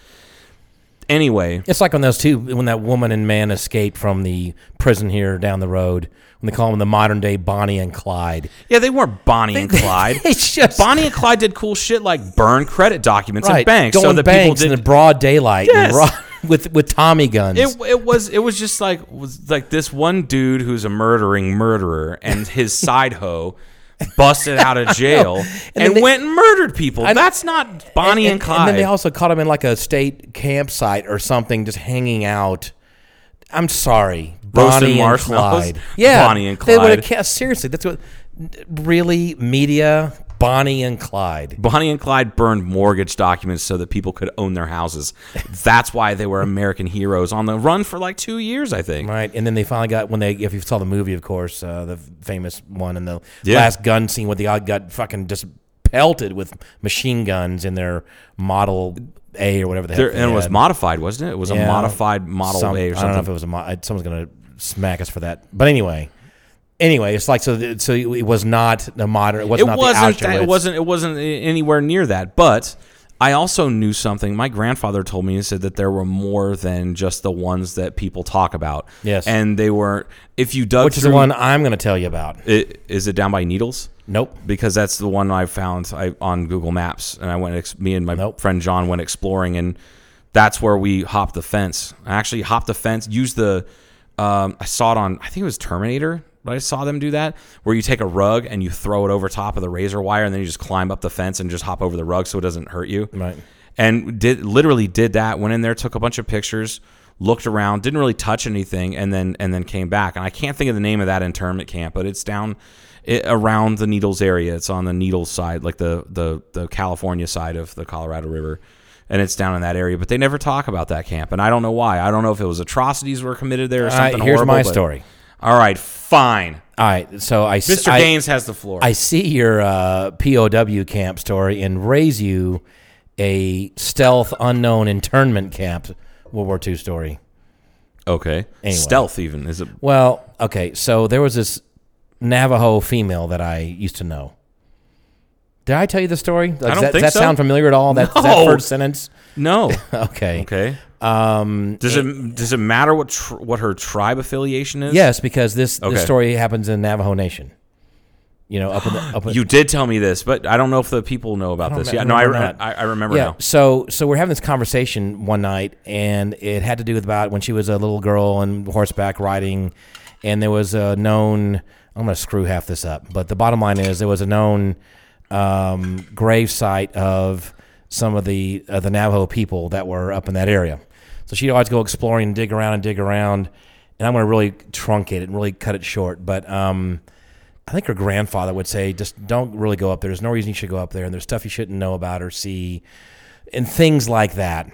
S6: Anyway,
S5: It's like on those two when that woman and man escaped from the prison here down the road. When they call them the modern day Bonnie and Clyde.
S6: yeah, they weren't Bonnie and Clyde.
S5: It's just
S6: Bonnie and Clyde did cool shit like burn credit documents
S5: right,
S6: and banks,
S5: going
S6: so the
S5: banks
S6: people
S5: in the
S6: did.
S5: broad daylight
S6: Yes.
S5: and raw, with with Tommy guns.
S6: it, it was it was just like was like this one dude who's a murdering murderer and his side hoe busted out of jail and,
S5: then they-
S6: went and murdered people.
S5: I know.
S6: That's not Bonnie and, Clyde.
S5: then they also caught him in like a state campsite or something, just hanging out. I'm sorry,
S6: Roasting
S5: Bonnie and
S6: marshmallows?
S5: Clyde. Yeah,
S6: Bonnie and
S5: They would
S6: Clyde.
S5: have cast seriously. That's what really media. Bonnie and Clyde.
S6: Bonnie and Clyde burned mortgage documents so that people could own their houses. That's why they were American heroes on the run for like two years, I think.
S5: Right, and then they finally got when they, if you saw the movie, of course, uh, the famous one, and the
S6: Yeah.
S5: last gun scene where the odd got fucking just pelted with machine guns in their Model A or whatever the
S6: There-
S5: heck. they
S6: and it was
S5: had.
S6: modified, wasn't it? It was a
S5: Yeah.
S6: modified Model
S5: Some-
S6: A or
S5: I don't know if it
S6: something.
S5: was a mo- I- someone's gonna smack us for that. But anyway, anyway, it's like so. th- So it was not the modern. It was
S6: It
S5: not
S6: wasn't.
S5: the
S6: that-
S5: Auschwitz.
S6: It wasn't. It wasn't a- anywhere near that. But I also knew something. My grandfather told me. He said that there were more than just the ones that people talk about.
S5: Yes.
S6: and they were. If you dug
S5: Which is the
S6: through-
S5: one I'm gonna tell you about.
S6: i- is it down by Needles?
S5: Nope.
S6: because that's the one I found I, on Google Maps, and I went. Ex- me and my
S5: Nope.
S6: friend John went exploring, and that's where we hopped the fence. I actually hopped the fence. Used the. Um, I saw it on. I think it was Terminator, but I saw them do that where you take a rug and you throw it over top of the razor wire, and then you just climb up the fence and just hop over the rug so it doesn't hurt you.
S5: Right.
S6: And did literally did that. Went in there, took a bunch of pictures. Looked around, didn't really touch anything, and then and then came back. And I can't think of the name of that internment camp, but it's down it, around the Needles area. It's on the Needles side, like the, the the California side of the Colorado River, and it's down in that area. But they never talk about that camp, and I don't know why. I don't know if it was atrocities were committed there or
S5: All
S6: something.
S5: right, here's
S6: horrible,
S5: my
S6: but-
S5: story.
S6: All right, fine.
S5: All right, so I s-
S6: Mr.
S5: I-
S6: Gaines has the floor.
S5: I see your uh, POW camp story and raise you a stealth unknown internment camp World War II story.
S6: okay,
S5: Anyway.
S6: stealth even is it?
S5: Well, okay, so there was this Navajo female that I used to know. Did I tell you the story? Like,
S6: I don't
S5: does that,
S6: think
S5: does that
S6: so.
S5: sound familiar at all? That, that
S6: No.
S5: first sentence.
S6: No.
S5: Okay.
S6: Okay. Um, does it does it matter what tr- what her tribe affiliation is?
S5: Yes, because this,
S6: Okay.
S5: this story happens in Navajo Nation. You know, up in the up in,
S6: You did tell me this, but I don't know if the people know about
S5: don't
S6: this.
S5: me-
S6: Yeah, no, I,
S5: remember
S6: re-
S5: that.
S6: I, I remember
S5: yeah.
S6: now.
S5: So so we're having this conversation one night, and it had to do with about when she was a little girl and horseback riding, and there was a known. I'm going to screw half this up, but the bottom line is there was a known um, grave site of some of the uh, the Navajo people that were up in that area. So she'd always go exploring and dig around and dig around. And I'm going to really truncate it and really cut it short, but. Um, I think her grandfather would say, just don't really go up there. There's no reason you should go up there, and there's stuff you shouldn't know about or see, and things like that.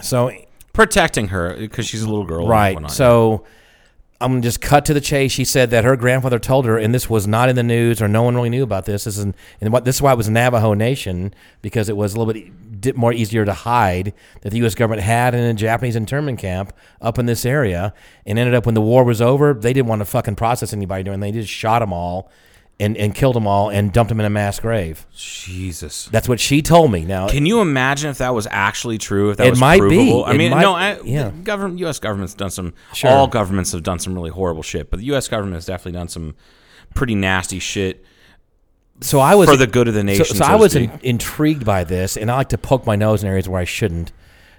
S5: So,
S6: Protecting her because she's a little girl. and
S5: right.
S6: whatnot.
S5: So, I'm going to just cut to the chase. She said that her grandfather told her, and this was not in the news, or no one really knew about this. This is, an, and what this is why it was Navajo Nation because it was a little bit e- di- more easier to hide that the U.S. government had in a Japanese internment camp up in this area, and ended up when the war was over, they didn't want to fucking process anybody doing. They just shot them all. And, and killed them all and dumped them in a mass grave.
S6: Jesus.
S5: That's what she told me. Now,
S6: Can you imagine if that was actually true? If that
S5: It
S6: was
S5: might be.
S6: provable? I
S5: It
S6: mean,
S5: might-
S6: no. I,
S5: yeah.
S6: the Government, U.S. government's done some.
S5: Sure.
S6: All governments have done some really horrible shit, but the U.S. government has definitely done some pretty nasty shit.
S5: so I was
S6: for the good of the nation,
S5: So,
S6: so
S5: I
S6: to
S5: was
S6: speak.
S5: in, intrigued by this, and I like to poke my nose in areas where I shouldn't.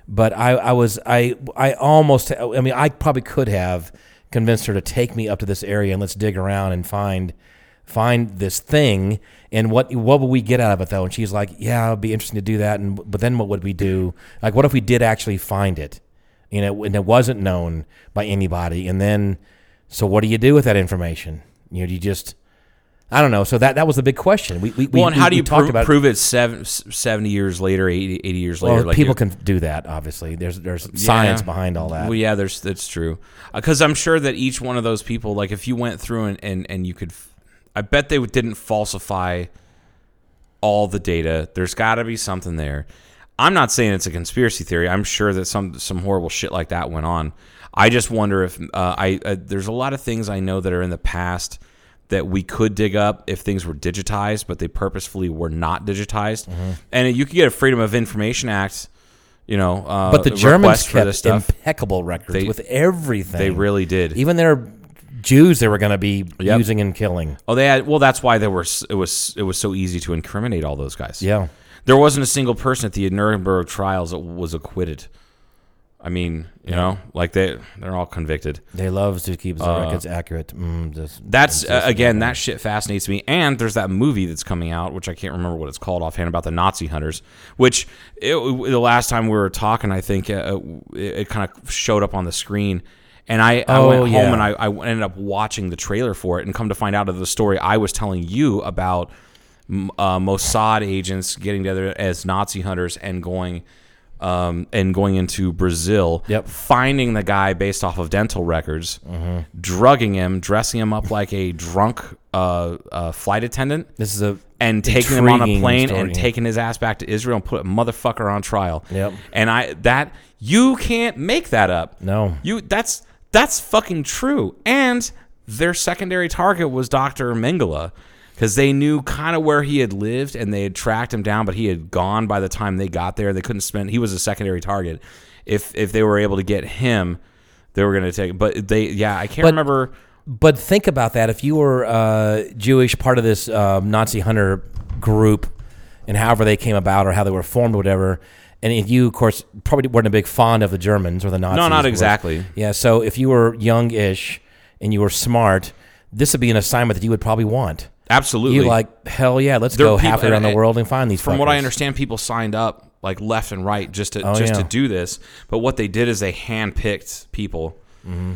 S5: But I, I was I I almost I mean I probably could have convinced her to take me up to this area and let's dig around and find find this thing and what what would we get out of it though and she's like yeah it'd be interesting to do that and but then what would we do like what if we did actually find it you know and it wasn't known by anybody and then so what do you do with that information you know do you just I don't know so that that was the big question we we, we
S6: well, and how
S5: we-
S6: do
S5: we
S6: you
S5: talked
S6: pro-
S5: about
S6: prove it seven, 70 years later, 80, 80 years later?
S5: Well, people
S6: you're-
S5: can do that. Obviously, there's there's science
S6: Yeah.
S5: behind all that.
S6: Well, yeah, there's that's true. Because I'm sure that each one of those people, like if you went through and and, and you could, f- I bet they would- didn't falsify all the data. There's got to be something there. I'm not saying it's a conspiracy theory. I'm sure that some some horrible shit like that went on. I just wonder if uh, I uh, there's a lot of things I know that are in the past that we could dig up if things were digitized, but they purposefully were not digitized.
S5: Mm-hmm.
S6: And you could get a Freedom of Information Act, you know, uh,
S5: but the Germans
S6: request for this
S5: kept
S6: stuff.
S5: impeccable records
S6: They-
S5: with everything.
S6: They really did.
S5: even their Jews they were going to be
S6: Yep.
S5: using and killing.
S6: oh, they had. Well, that's why there were. s- It was. It was so easy to incriminate all those guys.
S5: Yeah,
S6: There wasn't a single person at the Nuremberg trials that was acquitted. I mean, you know, like they they're all convicted.
S5: they love to keep the
S6: Uh,
S5: records accurate. Mm, just-
S6: That's
S5: and
S6: uh,
S5: just-
S6: again, that shit fascinates me. And there's that movie that's coming out, which I can't remember what it's called offhand, about the Nazi hunters. Which it, the last time we were talking, I think uh, it, it kind of showed up on the screen. And I, I
S5: Oh,
S6: went home
S5: yeah.
S6: and I, I ended up watching the trailer for it, and come to find out of the story I was telling you about m- uh, Mossad agents getting together as Nazi hunters and going. Um, and going into Brazil,
S5: Yep.
S6: finding the guy based off of dental records, drugging him, dressing him up like a drunk uh, uh, flight attendant,
S5: this is a
S6: and taking him on a
S5: intriguing
S6: plane
S5: story.
S6: and taking his ass back to Israel and put a motherfucker on trial.
S5: Yep.
S6: And I that you can't make that up.
S5: No.
S6: You that's that's fucking true. And their secondary target was Dr. Mengele because they knew kind of where he had lived and they had tracked him down, but he had gone by the time they got there. They couldn't spend. He was a secondary target. If if they were able to get him, they were going to take. But they yeah, I can't
S5: But-
S6: remember.
S5: But think about that. If you were uh, Jewish, part of this um, Nazi hunter group, and however they came about or how they were formed, or whatever, and if you, of course, probably weren't a big fond of the Germans or the Nazis.
S6: No, not
S5: of course.
S6: exactly.
S5: Yeah. So if you were young-ish and you were smart, this would be an assignment that you would probably want.
S6: Absolutely,
S5: You like hell yeah, let's
S6: There are
S5: go
S6: people-
S5: halfway
S6: and-
S5: around the
S6: and-
S5: world and find these.
S6: from what I
S5: fuckers.
S6: understand, people signed up like left and right just to
S5: Oh,
S6: just
S5: yeah.
S6: to do this. But what they did is they handpicked people,
S5: Mm-hmm.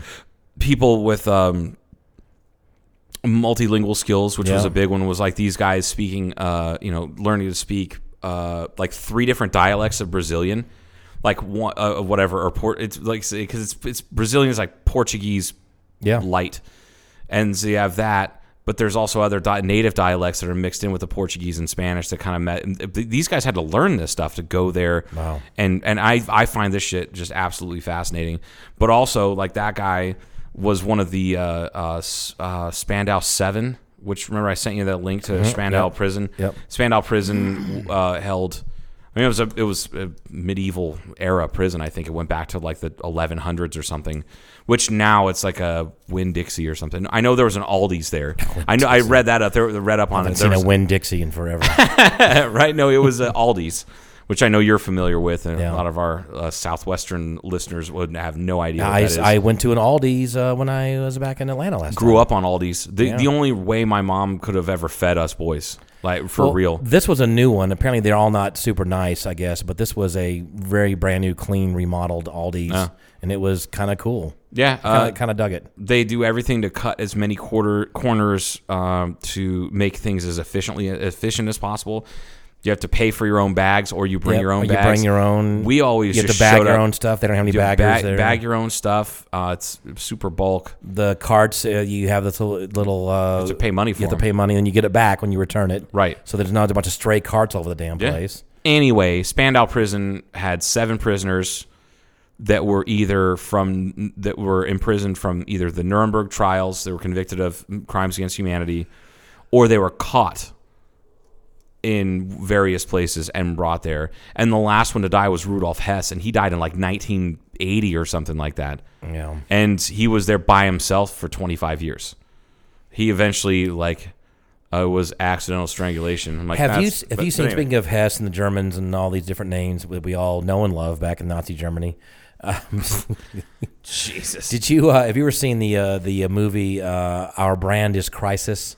S6: people with um, multilingual skills, which was
S5: Yeah.
S6: a big one. Was like these guys speaking, uh, you know, learning to speak uh, like three different dialects of Brazilian, like one uh, whatever or port. It's like because it's it's Brazilian is like Portuguese
S5: yeah.
S6: light. And so you have that, but there's also other di- native dialects that are mixed in with the Portuguese and Spanish that kind of met. and th- These guys had to learn this stuff to go there.
S5: Wow.
S6: And and I I find this shit just absolutely fascinating. But also like that guy was one of the uh, uh, S- uh, Spandau Seven, which remember I sent you that link to Spandau Prison.
S5: Mm-hmm. Yep.
S6: Spandau Prison uh, held. I mean, it was a it was a medieval era prison. I think it went back to like the 1100s or something, which now it's like a Winn Dixie or something. I know there was an Aldi's there. I know I read that up. There read up on it.
S5: haven't
S6: There
S5: seen a
S6: was-
S5: Win Dixie in forever.
S6: right? No, it was uh, Aldi's, which I know you're familiar with, and
S5: Yeah.
S6: a lot of our uh, southwestern listeners would have no idea. What
S5: I,
S6: that is.
S5: I went to an Aldi's uh, when I was back in Atlanta last.
S6: grew up on Aldi's. The,
S5: Yeah.
S6: the only way my mom could have ever fed us boys, like for
S5: Well,
S6: real.
S5: This was a new one. Apparently, they're all not super nice, I guess, but this was a very brand new, clean, remodeled Aldi's, and it was kind of cool.
S6: yeah,
S5: Kind
S6: uh,
S5: of dug it.
S6: they do everything to cut as many quarter corners um, to make things as efficiently efficient as possible. You have to pay for your own bags, or you bring
S5: Yep,
S6: your
S5: or
S6: own.
S5: you
S6: bags.
S5: bring your own-
S6: We always
S5: You have
S6: just
S5: to bag
S6: showed
S5: your
S6: up.
S5: own stuff. They don't have any
S6: You have
S5: baggers
S6: to bag,
S5: there.
S6: bag your own stuff. Uh, it's super bulk.
S5: the carts. Uh, you have this little. little uh, you
S6: have to pay money for
S5: You have
S6: them.
S5: to pay money, and you get it back when you return it.
S6: Right.
S5: So there's not a bunch of stray carts all over the damn
S6: Yeah.
S5: place.
S6: Anyway, Spandau Prison had seven prisoners that were either from that were imprisoned from either the Nuremberg trials, they were convicted of crimes against humanity, or they were caught in various places and brought there. And the last one to die was Rudolf Hess, and he died in like 1980 or something like that.
S5: Yeah.
S6: And he was there by himself for 25 years. He eventually like Uh, it was accidental strangulation. I'm like,
S5: Have you
S6: that's-
S5: have
S6: but-
S5: you
S6: but
S5: seen
S6: anyway.
S5: speaking of Hess and the Germans and all these different names that we all know and love back in Nazi Germany? Um,
S6: Jesus?
S5: did you uh, have you ever seen the uh, the uh, movie uh, Our Brand Is Crisis?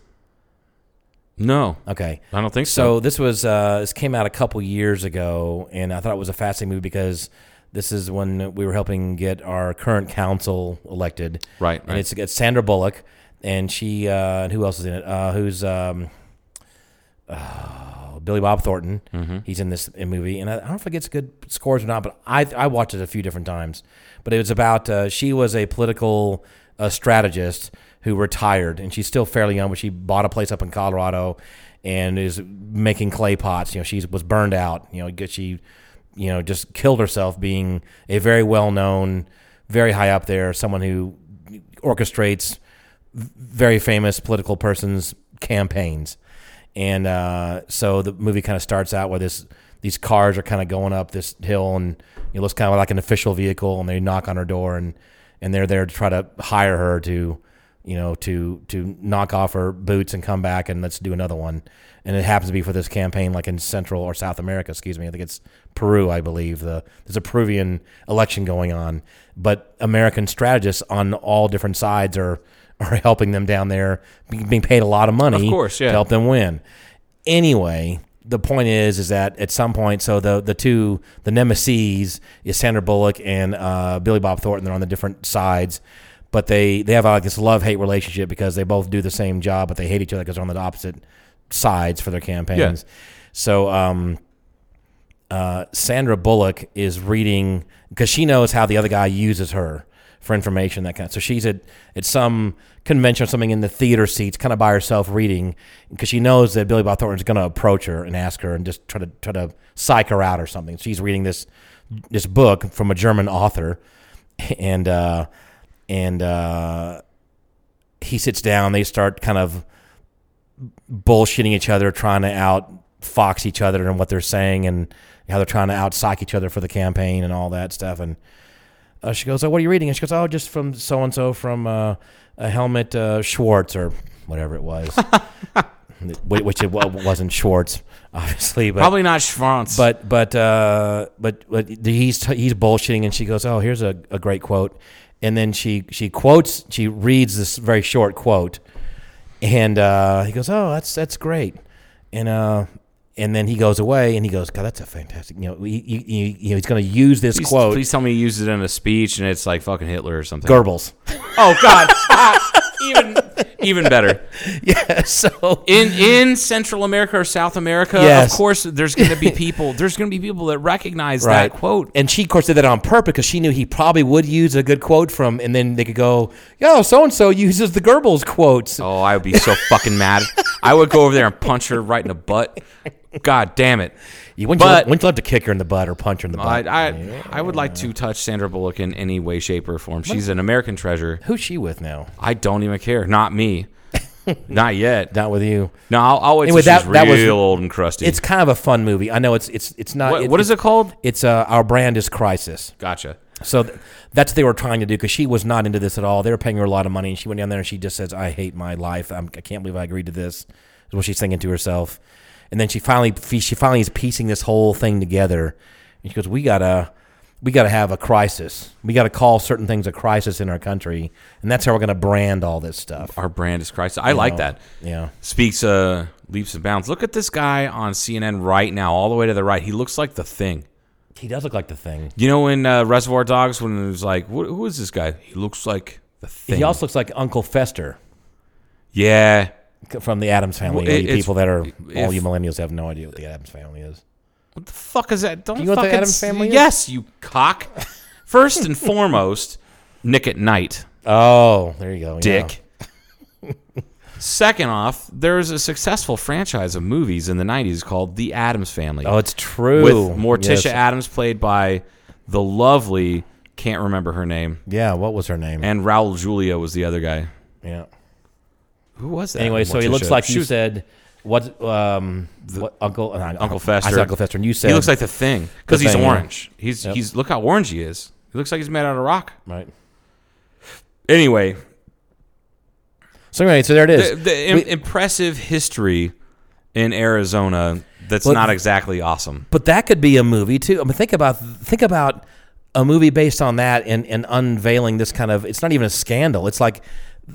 S6: no,
S5: Okay,
S6: I don't think so.
S5: So this was uh, this came out a couple years ago, and I thought it was a fascinating movie because this is when we were helping get our current council elected.
S6: Right,
S5: and
S6: right.
S5: It's, it's Sandra Bullock, and she uh, and who else is in it? Uh, who's um, oh, Billy Bob Thornton?
S6: Mm-hmm.
S5: He's in this movie, and I, I don't know if it gets good scores or not, but I I watched it a few different times. But it was about uh, she was a political uh, strategist who retired, and she's still fairly young, but she bought a place up in Colorado and is making clay pots. You know, she was burned out. You know, get- she you know just killed herself being a very well known, very high up there, someone who orchestrates very famous political person's campaigns. And uh, so the movie kind of starts out where this these cars are kind of going up this hill, and it looks kind of like an official vehicle, and they knock on her door, and and they're there to try to hire her to, you know, to to knock off her boots and come back and let's do another one. And it happens to be for this campaign, like in Central or South America, excuse me. I think it's Peru, I believe. The there's a Peruvian election going on, but American strategists on all different sides are are helping them down there, be- being paid a lot of money,
S6: Of course, yeah.
S5: to help them win. Anyway, the point is, is that at some point, so the the two the nemesis is Sandra Bullock and uh, Billy Bob Thornton. They're on the different sides, but they they have like this love hate relationship because they both do the same job, but they hate each other because they're on the opposite sides for their campaigns. So. um Sandra Bullock is reading because she knows how the other guy uses her for information that kind. Of, so she's at at some convention or something in the theater seats, kind of by herself reading because she knows that Billy Bob Thornton's going to approach her and ask her and just try to try to psych her out or something. She's reading this this book from a German author, and uh, and uh, he sits down. They start kind of bullshitting each other, trying to outfox each other and what they're saying and how they're trying to out psych each other for the campaign and all that stuff. And uh, she goes, "Oh, what are you reading?" And she goes, "Oh, just from so and so from uh, a helmet uh, Schwartz or whatever it was." Wh- Which it wa- wasn't Schwartz, obviously, but
S6: Probably not Schwartz.
S5: but but uh, but but he's he's bullshitting, and she goes, "Oh, here's a, a great quote," and then she she quotes, she reads this very short quote, and uh, he goes, "Oh, that's that's great," and uh, and then he goes away, and he goes, "God, that's a fantastic," you know, he, he, he, you know he's going to use this
S6: please,
S5: quote,
S6: please tell me you used it in a speech and it's like fucking Hitler or something.
S5: Goebbels.
S6: Oh God, Ah, even even better.
S5: yeah, so
S6: In in Central America or South America,
S5: Yes.
S6: of course, there's going to be people. There's going to be people that recognize
S5: right.
S6: that quote.
S5: And she, of course, did that on purpose because she knew he probably would use a good quote from, and then they could go, "Yo, so and so uses the Goebbels quotes."
S6: Oh, I would be so fucking mad. I would go over there and punch her right in the butt. God damn it.
S5: You wouldn't,
S6: But-
S5: you, wouldn't you love to kick her in the butt or punch her in the
S6: I,
S5: butt?
S6: I I would like to touch Sandra Bullock in any way, shape, or form. She's an American treasure.
S5: Who's she with now?
S6: I don't even care. Not me. Not yet.
S5: Not with you.
S6: No, I'll, I'll wait till
S5: Anyway, that-
S6: she's
S5: that
S6: real
S5: was-
S6: old and crusty.
S5: It's kind of a fun movie. I know it's it's it's not.
S6: What- what is it called?
S5: It's uh, our brand is Crisis.
S6: gotcha.
S5: So th- that's what they were trying to do because she was not into this at all. They were paying her a lot of money, and she went down there and she just says, "I hate my life. I'm, I can't believe I agreed to this." Is what she's thinking to herself, and then she finally she finally is piecing this whole thing together, and she goes, "We gotta." We got to have a crisis. We got to call certain things a crisis in our country, and that's how we're going to brand all this stuff.
S6: Our brand is Christ. I like that.
S5: Yeah.
S6: Speaks uh, leaps and bounds. Look at this guy on CNN right now, all the way to the right. He looks like the thing.
S5: He does look like the thing.
S6: You know, in uh, Reservoir Dogs, when it was like, who, who is this guy? He looks like the thing.
S5: He also looks like Uncle Fester
S6: yeah.
S5: c- from the Adams Family.
S6: Well, it-
S5: you
S6: it's-
S5: people that are all
S6: if-
S5: you millennials have no idea what the Adams Family is.
S6: What the fuck is that? Don't
S5: you know what the
S6: fucking
S5: Addams
S6: s-
S5: Family is?
S6: Yes, you cock. First and foremost, Nick at Night,
S5: Oh, there you go,
S6: dick. Second off, there's a successful franchise of movies in the 90s called The Addams Family.
S5: Yeah. Oh, it's true.
S6: with Morticia
S5: Yes.
S6: Adams, played by the lovely, can't remember her name,
S5: Yeah, what was her name?
S6: and Raul Julia was the other guy.
S5: yeah.
S6: Who was that?
S5: Anyway, so he
S6: Morticia.
S5: looks like
S6: She
S5: you
S6: was-
S5: said what um what Uncle uh,
S6: Uncle
S5: I
S6: Fester.
S5: said Uncle Fester, and you said
S6: He looks like the thing because
S5: The
S6: he's
S5: Thing, yeah.
S6: orange. He's
S5: Yep.
S6: he's look how orange he is. He looks like he's made out of rock.
S5: right.
S6: Anyway,
S5: So anyway, so there it
S6: The,
S5: is.
S6: the im- impressive history in Arizona that's
S5: Well,
S6: not exactly awesome.
S5: but that could be a movie too. I mean, think about think about a movie based on that and, and unveiling this kind of. It's not even a scandal. It's like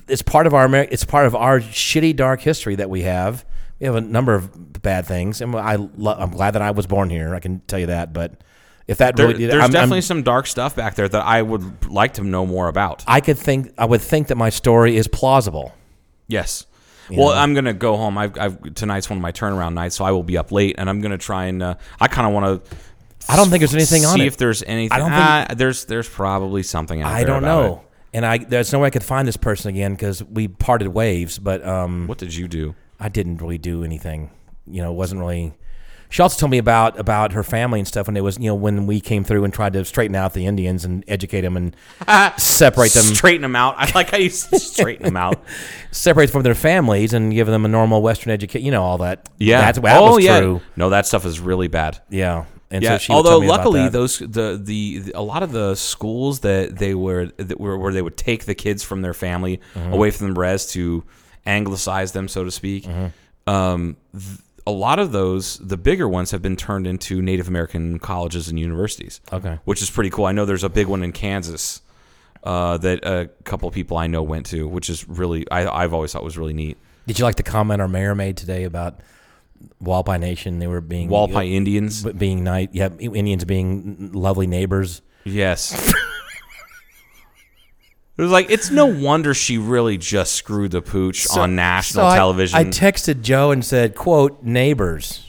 S5: it's part of our Ameri- it's part of our shitty dark history that we have. We have a number of bad things, and I lo- I'm glad that I was born here. I can tell you that. But if that
S6: There,
S5: really did,
S6: there's
S5: I'm- I'm-
S6: definitely some dark stuff back there that I would like to know more about.
S5: I could think I would think that my story is plausible.
S6: Yes. Well, I'm gonna go home. I've, I've tonight's one of my turnaround nights, so I will be up late, and I'm gonna try and uh, I kind of want to.
S5: I don't think there's anything
S6: see
S5: on it.
S6: if there's anything.
S5: I
S6: I
S5: don't
S6: don't
S5: think-
S6: there's there's probably something. Out
S5: I
S6: there
S5: don't
S6: about
S5: know, and I there's no way I could find this person again because we parted waves. But um,
S6: it. What did you do?
S5: I didn't really do anything. You know, it wasn't really. She also told me about about her family and stuff, and it was you know when we came through and tried to straighten out the Indians and educate them and separate them,
S6: Straighten them out. I like how you s- straighten them out.
S5: separate them from their families and give them a normal Western education. You know all that.
S6: Yeah.
S5: that's that
S6: oh,
S5: was
S6: yeah.
S5: true.
S6: No, that stuff is really bad.
S5: Yeah, and
S6: Yeah.
S5: so she would
S6: Although
S5: tell me about
S6: luckily,
S5: that.
S6: those the, the the- a lot of the schools that they were that were where they would take the kids from their family
S5: Mm-hmm.
S6: away from the res to anglicize them, so to speak.
S5: Mm-hmm.
S6: Um, th- a lot of those, the bigger ones, have been turned into Native American colleges and universities.
S5: Okay.
S6: Which is pretty cool. I know there's a big one in Kansas. Uh, that a couple people I know went to, which is really I, I've always thought was really neat.
S5: Did you like the comment our mayor made today about Walpi Nation? They were being
S6: Walpi Indians,
S5: but being nice. Yeah, Indians being lovely neighbors.
S6: Yes. it was like it's no wonder she really just screwed the pooch on national
S5: So I-
S6: television.
S5: I texted Joe and said, "Quote neighbors."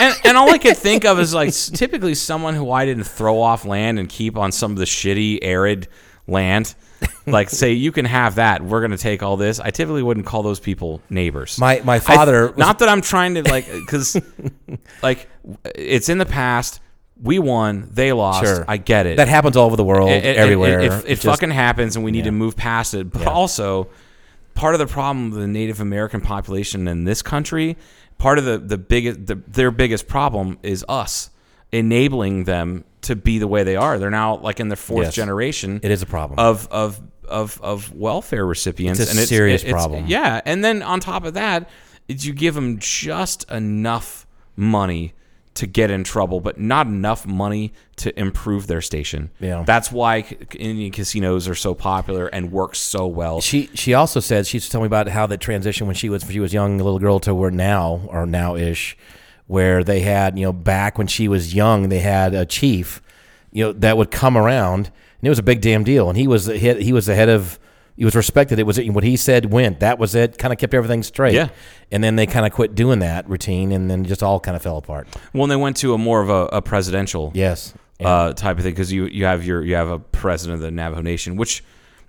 S6: and, and all I could think of is like s- typically someone who I didn't throw off land and keep on some of the shitty arid land. Like say you can have that. We're gonna take all this. I typically wouldn't call those people neighbors.
S5: My my
S6: I-
S5: father was-
S6: not that I'm trying to like because like it's in the past. We won. They lost.
S5: Sure.
S6: I get it.
S5: that happens all over the world,
S6: It- it-
S5: everywhere.
S6: It, it- it
S5: Just-
S6: e-, fucking happens, and we need
S5: Yeah.
S6: to move past it. But
S5: Yeah.
S6: also, part of the problem with the Native American population in this country, part of the the biggest the, their biggest problem is us enabling them to be the way they are. They're now like in their fourth
S5: Yes.
S6: generation.
S5: It is a problem.
S6: of of of of welfare recipients.
S5: It's a serious problem.
S6: Yeah, and then on top of that, is you give them just enough money to get in trouble, but not enough money to improve their station.
S5: Yeah.
S6: that's why c- Indian casinos are so popular and work so well.
S5: she she also said she used to tell me about how the transition when she was she was young, a little girl, to where now or now ish, where they had you know back when she was young, they had a chief, you know that would come around, and it was a big damn deal, and he was the head, he was the head of. He was respected. It was what he said went. That was it. Kind of kept everything straight.
S6: Yeah.
S5: And then they kind of quit doing that routine, and then just all kind of fell apart.
S6: when they went to a more of a, a presidential
S5: Yes.
S6: uh, type of thing because you you have your you have a president of the Navajo Nation, which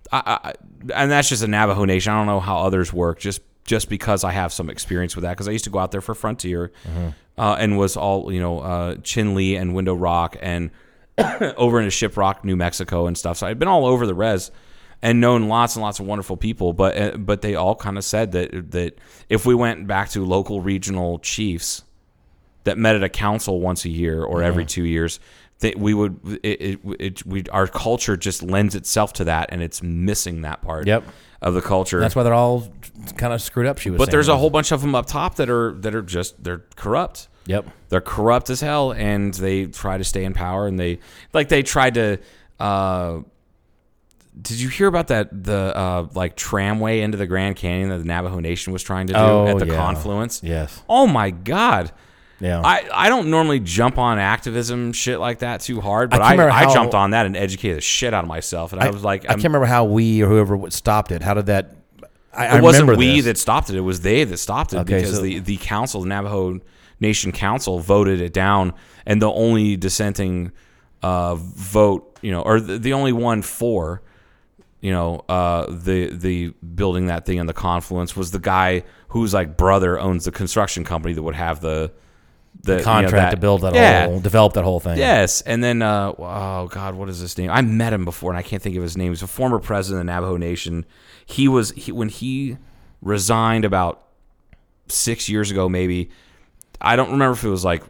S6: I, I and that's just a Navajo Nation. I don't know how others work. Just just because I have some experience with that, because I used to go out there for Frontier, uh, and was all you know uh, Chin Lee and Window Rock and over into Shiprock, New Mexico, and stuff. So I've been all over the res and known lots and lots of wonderful people. But uh, but they all kind of said that that if we went back to local regional chiefs that met at a council once a year or every two years that we would it, it, it we our culture just lends itself to that and it's missing that part
S5: Yep.
S6: of the culture
S5: That's why they're all kind of screwed up. She was.
S6: but
S5: saying.
S6: there's a whole bunch of them up top that are that are just they're corrupt
S5: Yep.
S6: they're corrupt as hell and they try to stay in power and they like they tried to uh did you hear about that the uh like tramway into the grand canyon that the navajo nation was trying to do
S5: Oh,
S6: at the
S5: yeah.
S6: confluence
S5: Yes.
S6: oh my god
S5: Yeah.
S6: I, I don't normally jump on activism shit like that too hard, but
S5: I
S6: I,
S5: can't remember
S6: I,
S5: how-
S6: jumped on that and educated the shit out of myself. And I, was like,
S5: I can't remember how we or whoever w- stopped it. How did that? I, I
S6: it wasn't
S5: remember
S6: we
S5: this.
S6: that stopped it. It was they that stopped it
S5: Okay,
S6: because
S5: so-
S6: the, the council, the Navajo Nation Council, voted it down. And the only dissenting uh, vote, you know, or the, the only one for, you know, uh, the the building that thing in the confluence was the guy whose like brother owns the construction company that would have the the,
S5: contract
S6: you know, that-
S5: to build that
S6: Yeah.
S5: whole, develop that whole thing.
S6: Yes, and then uh, oh god, what is his name? I met him before, and I can't think of his name. He's a former president of the Navajo Nation. He was he, when he resigned about six years ago, maybe. I don't remember if it was like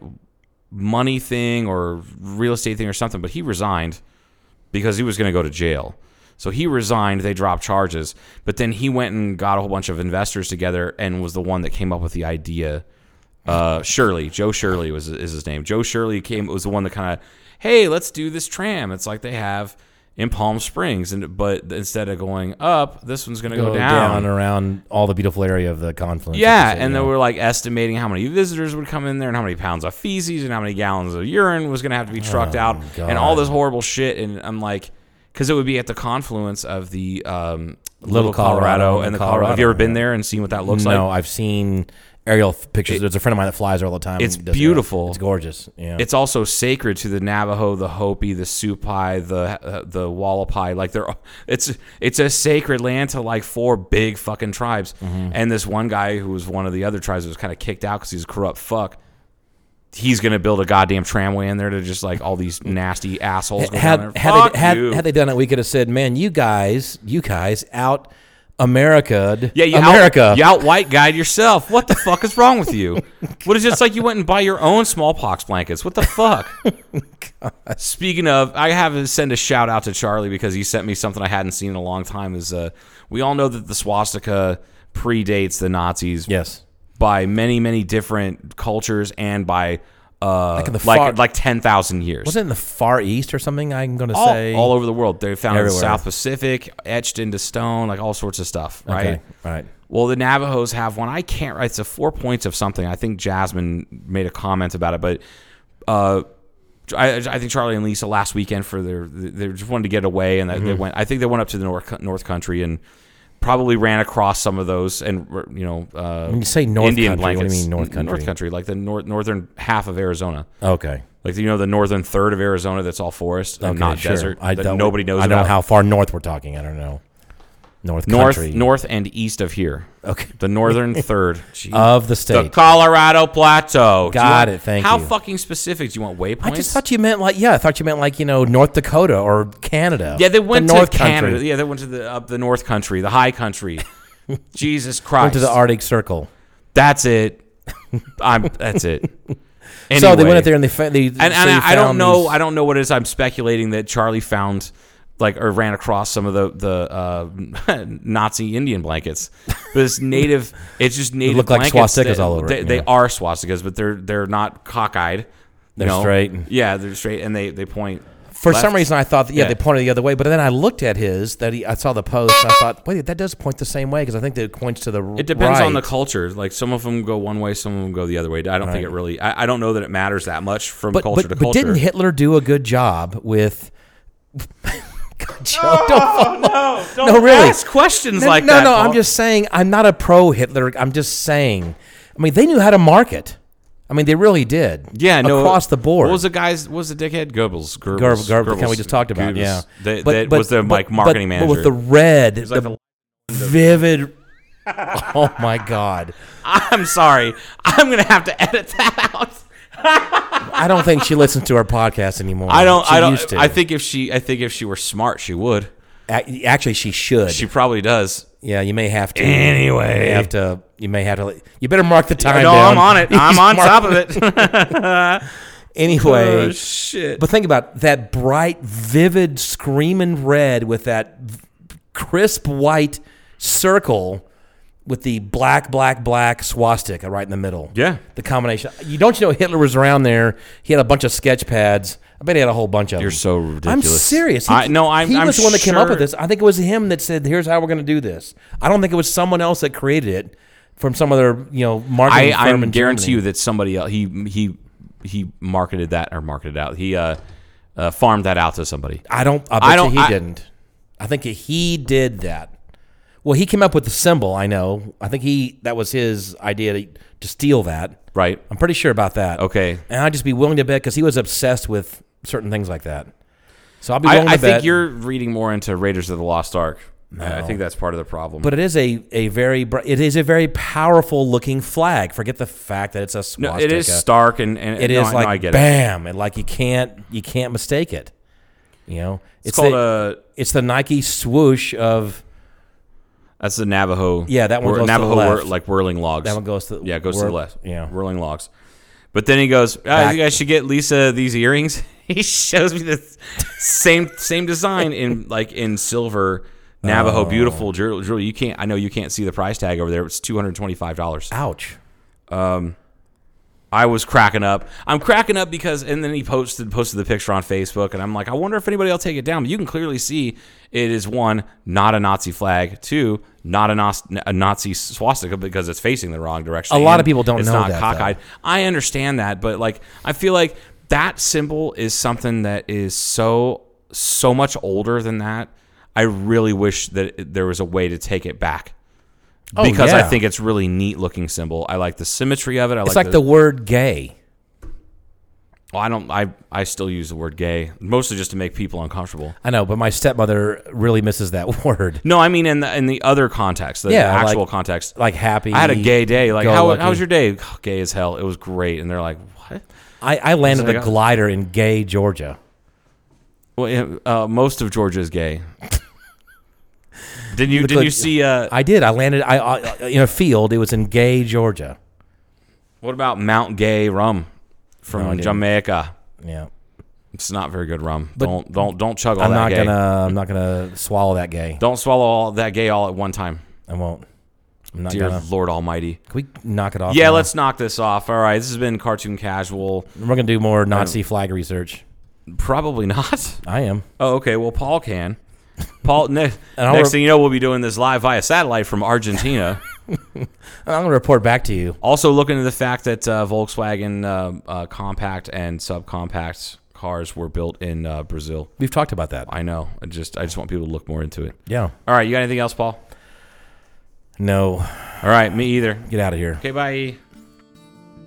S6: money thing or real estate thing or something, but he resigned because he was going to go to jail. So he resigned. They dropped charges. But then he went and got a whole bunch of investors together and was the one that came up with the idea. Uh, Shirley, Joe Shirley was is his name. Joe Shirley came was the one that kind of, hey, let's do this tram. It's like they have in Palm Springs, and but instead of going up, this one's gonna go,
S5: Oh,
S6: down.
S5: around all the beautiful area of the confluence.
S6: Yeah,
S5: It's, you
S6: and then
S5: know,
S6: we're like estimating how many visitors would come in there and how many pounds of feces and how many gallons of urine was going to have to be trucked out and all this horrible shit. And I'm like, because it would be at the confluence of the um, Little Colorado, and the Colorado. Have you ever been there and seen what that looks
S5: no,
S6: like?
S5: I've seen aerial th- pictures. There's a friend of mine that flies all the time.
S6: It's
S5: and does aerial-
S6: beautiful.
S5: It's gorgeous. Yeah,
S6: It's also sacred to the Navajo, the Hopi, the Supai, the uh, the Wallapai. Like they're it's it's a sacred land to like four big fucking tribes.
S5: Mm-hmm.
S6: And this one guy who was one of the other tribes was kind of kicked out because he's a corrupt fuck. He's gonna build a goddamn tramway in there to just like all these nasty assholes. Go down
S5: had
S6: there.
S5: had
S6: Fuck
S5: they, had,
S6: you.
S5: had they done it, we could have said, "Man, you guys, you guys out America,
S6: yeah, you
S5: America."
S6: out, you out white guy yourself. What the fuck is wrong with you? What is it? It's like you went and buy your own smallpox blankets. What the fuck? Speaking of, I have to send a shout out to Charlie because he sent me something I hadn't seen in a long time. Is uh, we all know that the swastika predates the Nazis
S5: yes,
S6: by many, many different cultures and by uh, like
S5: in the far-
S6: like, ten thousand years.
S5: was it in the Far East or something? I'm going to
S6: all,
S5: say
S6: all over the world? They found it in the
S5: Everywhere.
S6: South Pacific, etched into stone, like all sorts of stuff, right?
S5: Okay, right.
S6: Well, the Navajos have one. I can't. It's a four points of something. I think Jasmine made a comment about it, but uh, I, I think Charlie and Lisa last weekend for their they just wanted to get away, and
S5: Mm-hmm.
S6: they went. I think they went up to the north north country and probably ran across some of those, and you know, uh,
S5: When you say North
S6: Indian
S5: Country, what do you
S6: blankets.
S5: mean North
S6: North
S5: Country?
S6: country, like the north northern half of Arizona.
S5: Okay,
S6: Like you know the northern third of Arizona that's all forest and
S5: okay,
S6: not
S5: sure.
S6: desert.
S5: I
S6: that
S5: don't-
S6: nobody knows
S5: I don't
S6: about.
S5: know how far north we're talking. I don't know. North
S6: north
S5: country.
S6: north and east of here.
S5: Okay. Uh,
S6: The northern third Jeez.
S5: Of the
S6: The
S5: state.
S6: Colorado Plateau. Do you
S5: Got
S6: want-
S5: it, thank
S6: how
S5: you.
S6: fucking specific do you want waypoints?
S5: I just thought you meant like yeah, I thought you meant like you know North Dakota or Canada.
S6: yeah, they went
S5: The
S6: to
S5: North
S6: Canada.
S5: Country.
S6: Yeah, they went to the up the North Country, the High Country. Jesus Christ!
S5: Went to the Arctic Circle.
S6: That's it. I'm. That's it.
S5: So they
S6: Anyway.
S5: went up there and they, fa- they
S6: and,
S5: so
S6: and
S5: you
S6: I, I don't
S5: found
S6: know.
S5: these-
S6: I don't know what it is. I'm speculating that Charlie found like or ran across some of the the uh, Nazi Indian blankets. But it's native. It's just native.
S5: look like
S6: blankets
S5: swastikas
S6: that-
S5: all over
S6: They,
S5: it,
S6: they
S5: yeah.
S6: are swastikas, but they're they're not cockeyed. you
S5: They're straight.
S6: Yeah, they're straight, and they they point.
S5: For
S6: left.
S5: some reason, I thought that, yeah,
S6: Yeah.
S5: they pointed the other way, but then I looked at his that he, I saw the post and I thought, wait, that does point the same way because I think that it points to the r-
S6: It depends on the
S5: right.
S6: culture. Like some of them go one way, some of them go the other way. I don't think it really. I, I don't know that it matters that much from
S5: but,
S6: culture
S5: but,
S6: to
S5: but
S6: culture.
S5: didn't Hitler do a good job with? God, Joe, don't follow-
S6: Oh, Don't
S5: no, really.
S6: ask questions
S5: No,
S6: like
S5: no,
S6: that.
S5: no.
S6: Paul.
S5: I'm just saying. I'm not a pro Hitler. I'm just saying. I mean, they knew how to market. I mean, they really did.
S6: Yeah, no,
S5: across the board.
S6: What was the guy's? What was the dickhead Goebbels?
S5: Gerb,
S6: Goebbels,
S5: Gerb, the
S6: Goebbels,
S5: kind we just talked about?
S6: Goebbels.
S5: Yeah,
S6: that, that was the like
S5: but-
S6: marketing
S5: but,
S6: manager.
S5: But with the red,
S6: like
S5: the vivid. oh my god!
S6: I'm sorry, I'm gonna have to edit that out.
S5: I don't think she listens to our podcast anymore.
S6: I don't.
S5: She
S6: I don't.
S5: Used to.
S6: I think if she, I think if she were smart, she would.
S5: Ac- actually she should.
S6: She probably does.
S5: yeah, you may have to.
S6: Anyway.
S5: you may have to. You may have to. You better mark the time.
S6: no,
S5: down.
S6: I'm on it. I'm
S5: Just
S6: on
S5: mark-
S6: top of it.
S5: Anyway,
S6: Oh, shit.
S5: But think about that bright, vivid, screaming red with that v- crisp white circle with the black, black, black swastika right in the middle.
S6: Yeah.
S5: the combination. You don't you know Hitler was around there? He had a bunch of sketch pads. I bet he had a whole bunch of
S6: You're
S5: them.
S6: so
S5: I'm
S6: ridiculous.
S5: serious.
S6: I- no, I'm-
S5: He
S6: I'm
S5: was the one that came up
S6: sure-
S5: with this. I think it was him that said, "Here's how we're going to do this." I don't think it was someone else that created it from some other you know
S6: I,
S5: marketing
S6: I
S5: firm in
S6: guarantee
S5: Germany.
S6: you that somebody else. He he he marketed that or marketed out. He uh, uh farmed that out to somebody.
S5: I don't. I bet
S6: I
S5: you
S6: don't-
S5: he
S6: I-
S5: didn't. I think he did that. Well, he came up with the symbol. I know. I think he that was his idea to, to steal that.
S6: Right.
S5: I'm pretty sure about that.
S6: Okay.
S5: And I'd just be willing to bet because he was obsessed with certain things like that. So I'll be willing
S6: I, I
S5: to bet.
S6: think you're reading more into Raiders of the Lost Ark. I think that's part of the problem.
S5: but it is a, a very br- it is a very powerful looking flag. Forget the fact that it's a
S6: No,
S5: swastika.
S6: it is stark, and, and
S5: uh, It
S6: no,
S5: is
S6: I- no,
S5: like
S6: I get it.
S5: bam, and like you can't you can't mistake it. You know,
S6: It's, called
S5: the,
S6: uh
S5: it's the Nike swoosh of
S6: that's the Navajo.
S5: Yeah, that one
S6: whir-
S5: goes to the
S6: Navajo whir-
S5: left.
S6: like whirling logs.
S5: That one goes to the-
S6: yeah, it goes to
S5: whir-
S6: the left.
S5: yeah.
S6: whirling logs. But then he goes, "Ah, I
S5: Back.
S6: think I should get Lisa these earrings. he shows me the same same design in like in silver Navajo
S5: Oh.
S6: beautiful jewelry. jewelry. You can't. I know you can't see the price tag over there. It's two hundred twenty five dollars.
S5: Ouch.
S6: I was cracking up. I'm cracking up because, and then he posted posted the picture on Facebook, and I'm like, I wonder if anybody will take it down. But you can clearly see it is one, not a Nazi flag. Two, not a, Nos- a Nazi swastika because it's facing the wrong direction.
S5: A lot
S6: and
S5: of people don't
S6: it's
S5: know
S6: not
S5: that,
S6: cockeyed.
S5: though.
S6: I understand that, but like, I feel like that symbol is something that is so so much older than that. I really wish that there was a way to take it back. because I
S5: Oh, yeah.
S6: think it's really neat looking symbol. I like the symmetry of it. I
S5: It's like, the, word gay.
S6: well, I don't. I I still use the word gay mostly just to make people uncomfortable.
S5: I know, but my stepmother really misses that word.
S6: No, I mean in the in the other context, the
S5: Yeah,
S6: actual
S5: like-
S6: context.
S5: Like happy.
S6: I had a gay day. Like
S5: go
S6: how
S5: lucky.
S6: how was your day? "Oh, gay as hell. It was great. And they're like, what?
S5: I, I landed
S6: like
S5: a
S6: a-
S5: glider in gay Georgia.
S6: Well, yeah, uh, most of Georgia is gay. didn't you didn't
S5: like-
S6: you see? Uh,
S5: I did. I landed I, I in a field. It was in gay Georgia.
S6: what about Mount Gay rum
S5: No, I
S6: from
S5: didn't.
S6: Jamaica?
S5: Yeah.
S6: It's not very good rum. don't don't don't chug all
S5: I'm
S6: that
S5: not
S6: gay.
S5: gonna I'm not gonna swallow that gay.
S6: Don't swallow all that gay all at one time,
S5: I won't. I'm not
S6: dear
S5: gonna Can
S6: Lord Almighty.
S5: we knock it off?
S6: Yeah,
S5: now?
S6: let's knock this off. All right, this has been Cartoon Casual.
S5: we're gonna do more Nazi flag research.
S6: Probably not.
S5: I am.
S6: Oh, okay. Well, Paul can. Paul, ne-
S5: And I'll
S6: next
S5: re-
S6: thing you know, we'll be doing this live via satellite from Argentina.
S5: I'm gonna report back to you.
S6: also, looking into the fact that uh, Volkswagen uh, uh, compact and subcompact cars were built in uh, Brazil.
S5: We've talked about that.
S6: I know. I just, I just want people to look more into it.
S5: Yeah.
S6: All right. You got anything else, Paul?
S5: No.
S6: All right. Me either.
S5: Get out of here.
S6: Okay. Bye.